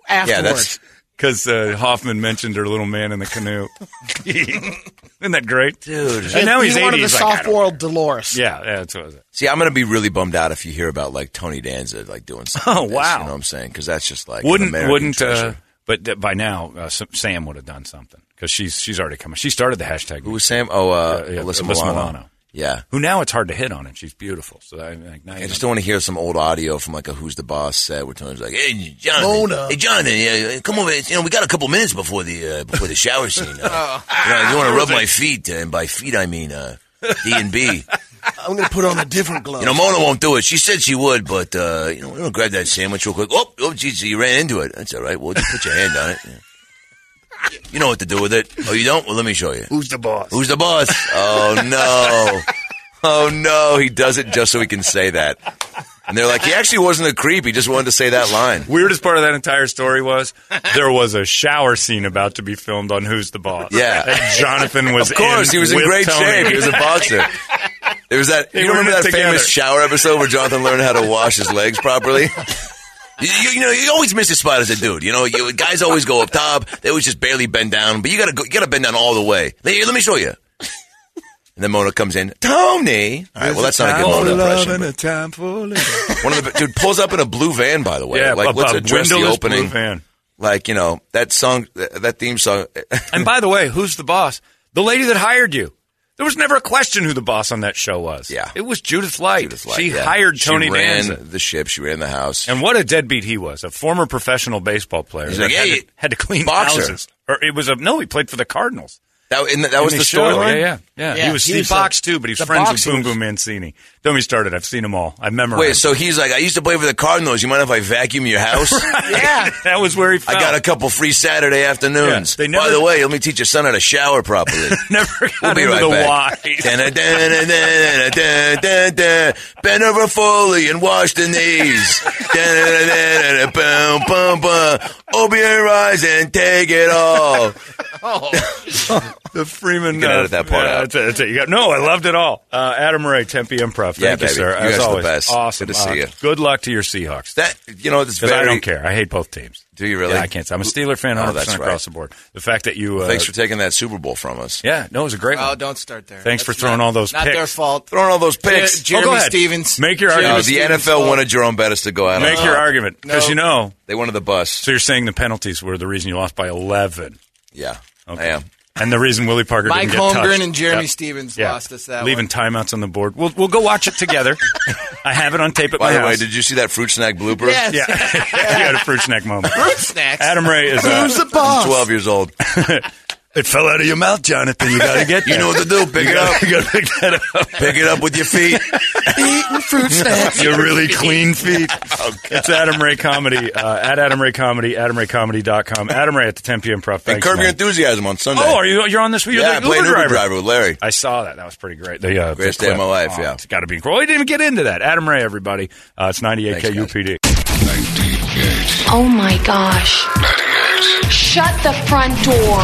Speaker 3: Afterwards,
Speaker 1: that's-
Speaker 2: because uh, Hoffman mentioned her little man in the canoe. (laughs) Isn't that great, dude?
Speaker 3: He-
Speaker 2: And now he's
Speaker 3: he
Speaker 2: eighty.
Speaker 3: wanted the
Speaker 2: He's like, "I
Speaker 3: soft
Speaker 2: don't-"
Speaker 3: world Dolores.
Speaker 2: yeah, yeah, that's what I was.
Speaker 1: See, I'm gonna be really bummed out if you hear about like Tony Danza like doing something.
Speaker 2: (laughs) Oh,
Speaker 1: like this,
Speaker 2: wow.
Speaker 1: you know what I'm saying? Because that's just like an
Speaker 2: wouldn't
Speaker 1: American
Speaker 2: wouldn't uh,
Speaker 1: treasure.
Speaker 2: but th- by now uh, S- Sam would have done something because she's she's already coming. She started the hashtag.
Speaker 1: who was Sam? Oh, uh,
Speaker 2: Yeah, yeah,
Speaker 1: Alyssa,
Speaker 2: Alyssa
Speaker 1: Milano.
Speaker 2: Milano.
Speaker 1: Yeah,
Speaker 2: who now it's hard to hit on, and she's beautiful. So I, like, now you
Speaker 1: I just
Speaker 2: know.
Speaker 1: don't want to hear some old audio from like a Who's the Boss set where Tony's like, "Hey, Jonathan,
Speaker 3: Mona.
Speaker 1: hey Jonathan, yeah, come over. You know, we got a couple minutes before the uh, before the shower scene. Uh, you, know, you want to rub my feet, uh, and by feet I mean uh, D and B.
Speaker 3: I'm going to put on a different glove.
Speaker 1: You know, Mona won't do it. She said she would, but uh, you know, we don't grab that sandwich real quick. Oh, oh, geez, you ran into it. That's all right. Well, just put your hand on it. Yeah. You know what to do with it. Oh, you don't? Well, let me show you.
Speaker 3: who's the boss?
Speaker 1: Who's the boss? Oh no. Oh no, he does it just so he can say that. And they're like, he actually wasn't a creep. He just wanted to say that line.
Speaker 2: weirdest part of that entire story was there was a shower scene about to be filmed on Who's the Boss.
Speaker 1: Yeah.
Speaker 2: and Jonathan was.
Speaker 1: Of course, he was in
Speaker 2: with
Speaker 1: great
Speaker 2: Tony.
Speaker 1: shape. He was a (laughs) boxer. There was that.
Speaker 2: They were
Speaker 1: you remember
Speaker 2: in it
Speaker 1: that
Speaker 2: together.
Speaker 1: famous shower episode where Jonathan learned how to wash his legs properly?
Speaker 2: (laughs)
Speaker 1: You, you, you know, you always miss a spot as a dude. You know, you, guys always go up top. They always just barely bend down, but you gotta go, you gotta bend down all the way. Let, let me show you. And then Mona comes in. Tony. All right. Well, that's not a good Mona impression. but- One of the dude pulls up in a blue van, by the way.
Speaker 2: Yeah,
Speaker 1: like
Speaker 2: a-
Speaker 1: let's
Speaker 2: a
Speaker 1: address the
Speaker 2: windowless
Speaker 1: opening.
Speaker 2: blue van.
Speaker 1: Like you know that song, that theme song.
Speaker 2: And by the way, Who's the Boss? The lady that hired you. There was never a question who the boss on that show was.
Speaker 1: Yeah.
Speaker 2: it was Judith Light.
Speaker 1: Judith Light,
Speaker 2: she
Speaker 1: yeah.
Speaker 2: hired
Speaker 1: She
Speaker 2: Tony
Speaker 1: ran
Speaker 2: Danza.
Speaker 1: the ship. She ran the house.
Speaker 2: And what a deadbeat he was, a former professional baseball player.
Speaker 1: He's
Speaker 2: that
Speaker 1: like,
Speaker 2: had,
Speaker 1: "Hey,
Speaker 2: to, had to clean
Speaker 1: boxer."
Speaker 2: houses. Or it was a no, he played for the Cardinals.
Speaker 1: That, and that was
Speaker 2: In
Speaker 1: the
Speaker 2: show.
Speaker 1: storyline.
Speaker 2: Yeah, yeah, yeah.
Speaker 3: Yeah,
Speaker 2: He was
Speaker 3: he
Speaker 2: he
Speaker 3: was
Speaker 2: boxed
Speaker 3: the-
Speaker 2: too, but he was
Speaker 3: the
Speaker 2: friends with
Speaker 3: boxer
Speaker 2: Boom
Speaker 3: was-
Speaker 2: Boom Mancini. Don't get me started. I've seen them all. I memorized.
Speaker 1: Wait, so he's like, I used to play for the Cardinals. You mind if I vacuum
Speaker 2: (laughs)
Speaker 1: your house?
Speaker 3: yeah.
Speaker 2: that was where he.
Speaker 1: I
Speaker 2: Fell.
Speaker 1: got a couple free Saturday afternoons.
Speaker 2: Yeah, they never-
Speaker 1: By the way, let me teach your son how to
Speaker 2: (laughs)
Speaker 1: shower properly.
Speaker 2: (laughs) never
Speaker 1: We'll
Speaker 2: got
Speaker 1: be
Speaker 2: into
Speaker 1: right
Speaker 2: the
Speaker 1: back.
Speaker 2: why.
Speaker 1: Da-da-da-da-da-da-da-da-da. Bend over fully and wash
Speaker 2: (laughs)
Speaker 1: the knees. Da-da-da-da-da-da. Bum, bum, bum. Open your eyes and take it all.
Speaker 2: The Freeman. uh,
Speaker 1: You can edit that part
Speaker 2: yeah,
Speaker 1: out.
Speaker 2: that's it, that's it. You got- no, I loved it all. Uh, Adam Ray, Tempe Improv. Thank
Speaker 1: Yeah,
Speaker 2: you,
Speaker 1: baby.
Speaker 2: sir.
Speaker 1: You
Speaker 2: As
Speaker 1: guys are the
Speaker 2: always,
Speaker 1: best.
Speaker 2: awesome.
Speaker 1: Good to see
Speaker 2: Uh,
Speaker 1: you.
Speaker 2: Good luck to your Seahawks.
Speaker 1: That you know, it's
Speaker 2: Because
Speaker 1: very.
Speaker 2: I don't care. I hate both teams.
Speaker 1: Do you really?
Speaker 2: Yeah, I can't. I'm a Steeler fan
Speaker 1: Oh,
Speaker 2: 100
Speaker 1: that's
Speaker 2: percent
Speaker 1: right.
Speaker 2: across the board. The fact that you. Uh,
Speaker 1: Thanks for taking that Super Bowl from us.
Speaker 2: yeah, no, it was a great
Speaker 6: Oh,
Speaker 2: one.
Speaker 6: don't start there.
Speaker 2: Thanks for
Speaker 6: That's
Speaker 2: throwing
Speaker 6: not-
Speaker 2: all those
Speaker 6: Not their
Speaker 2: picks. (laughs)
Speaker 6: fault.
Speaker 1: Throwing all those
Speaker 6: Jer-
Speaker 1: picks. Oh,
Speaker 6: Jeremy
Speaker 2: oh, go ahead.
Speaker 6: Stevens.
Speaker 2: Make your
Speaker 6: Jeremy
Speaker 1: No,
Speaker 2: argument.
Speaker 1: the
Speaker 6: Stevens'
Speaker 1: NFL
Speaker 6: fault.
Speaker 1: wanted Jerome Bettis to go out.
Speaker 2: Make
Speaker 1: on
Speaker 2: your
Speaker 6: Uh-huh.
Speaker 1: top.
Speaker 2: argument because you know.
Speaker 1: They wanted the bus.
Speaker 2: So you're saying the penalties were the reason you lost by 11?
Speaker 1: Yeah,
Speaker 2: Okay.
Speaker 1: I am.
Speaker 2: And the reason Willie Parker
Speaker 6: Mike
Speaker 2: didn't get touched.
Speaker 6: Holmgren and Jeremy
Speaker 2: Yeah.
Speaker 6: Stevens
Speaker 2: Yeah.
Speaker 6: lost us that
Speaker 2: Leaving timeouts on the board. We'll we'll go watch it together.
Speaker 6: (laughs)
Speaker 2: I have it on tape at my
Speaker 1: By the way,
Speaker 2: house.
Speaker 1: did you see that fruit snack blooper?
Speaker 6: Yes.
Speaker 2: (laughs) yeah, you had a fruit snack moment.
Speaker 6: one. Fruit snacks.
Speaker 2: Adam Ray is. Uh,
Speaker 3: Who's the boss?
Speaker 1: I'm 12 years old.
Speaker 2: it fell out of your mouth, Jonathan. (laughs) You got to get.
Speaker 1: You know what to do. Pick it up.
Speaker 2: (laughs) You got to pick that up.
Speaker 1: Pick it up with
Speaker 2: (laughs)
Speaker 1: your feet.
Speaker 3: Eating fruit snacks.
Speaker 2: Your really clean (laughs) feet. Oh, it's Adam Ray Comedy uh, at Adam Ray Comedy, AdamRayComedy.com. Adam Ray at the 10 p.m. Prof.
Speaker 1: and
Speaker 2: Thanks,
Speaker 1: curb your
Speaker 2: man.
Speaker 1: enthusiasm on Sunday.
Speaker 2: Oh, are you? You're on this week. You're
Speaker 1: yeah, I
Speaker 2: the
Speaker 1: played
Speaker 2: Uber
Speaker 1: Uber
Speaker 2: driver.
Speaker 1: with Larry.
Speaker 2: I saw that. That was pretty great. The, uh,
Speaker 1: Greatest
Speaker 2: the
Speaker 1: day of
Speaker 2: clip.
Speaker 1: my life,
Speaker 2: Oh,
Speaker 1: yeah.
Speaker 2: It's got to be incredible. We didn't even get into that. Adam Ray, everybody. Uh, it's 98
Speaker 1: Thanks, guys.
Speaker 2: KUPD.
Speaker 7: Oh my gosh. Shut the front door.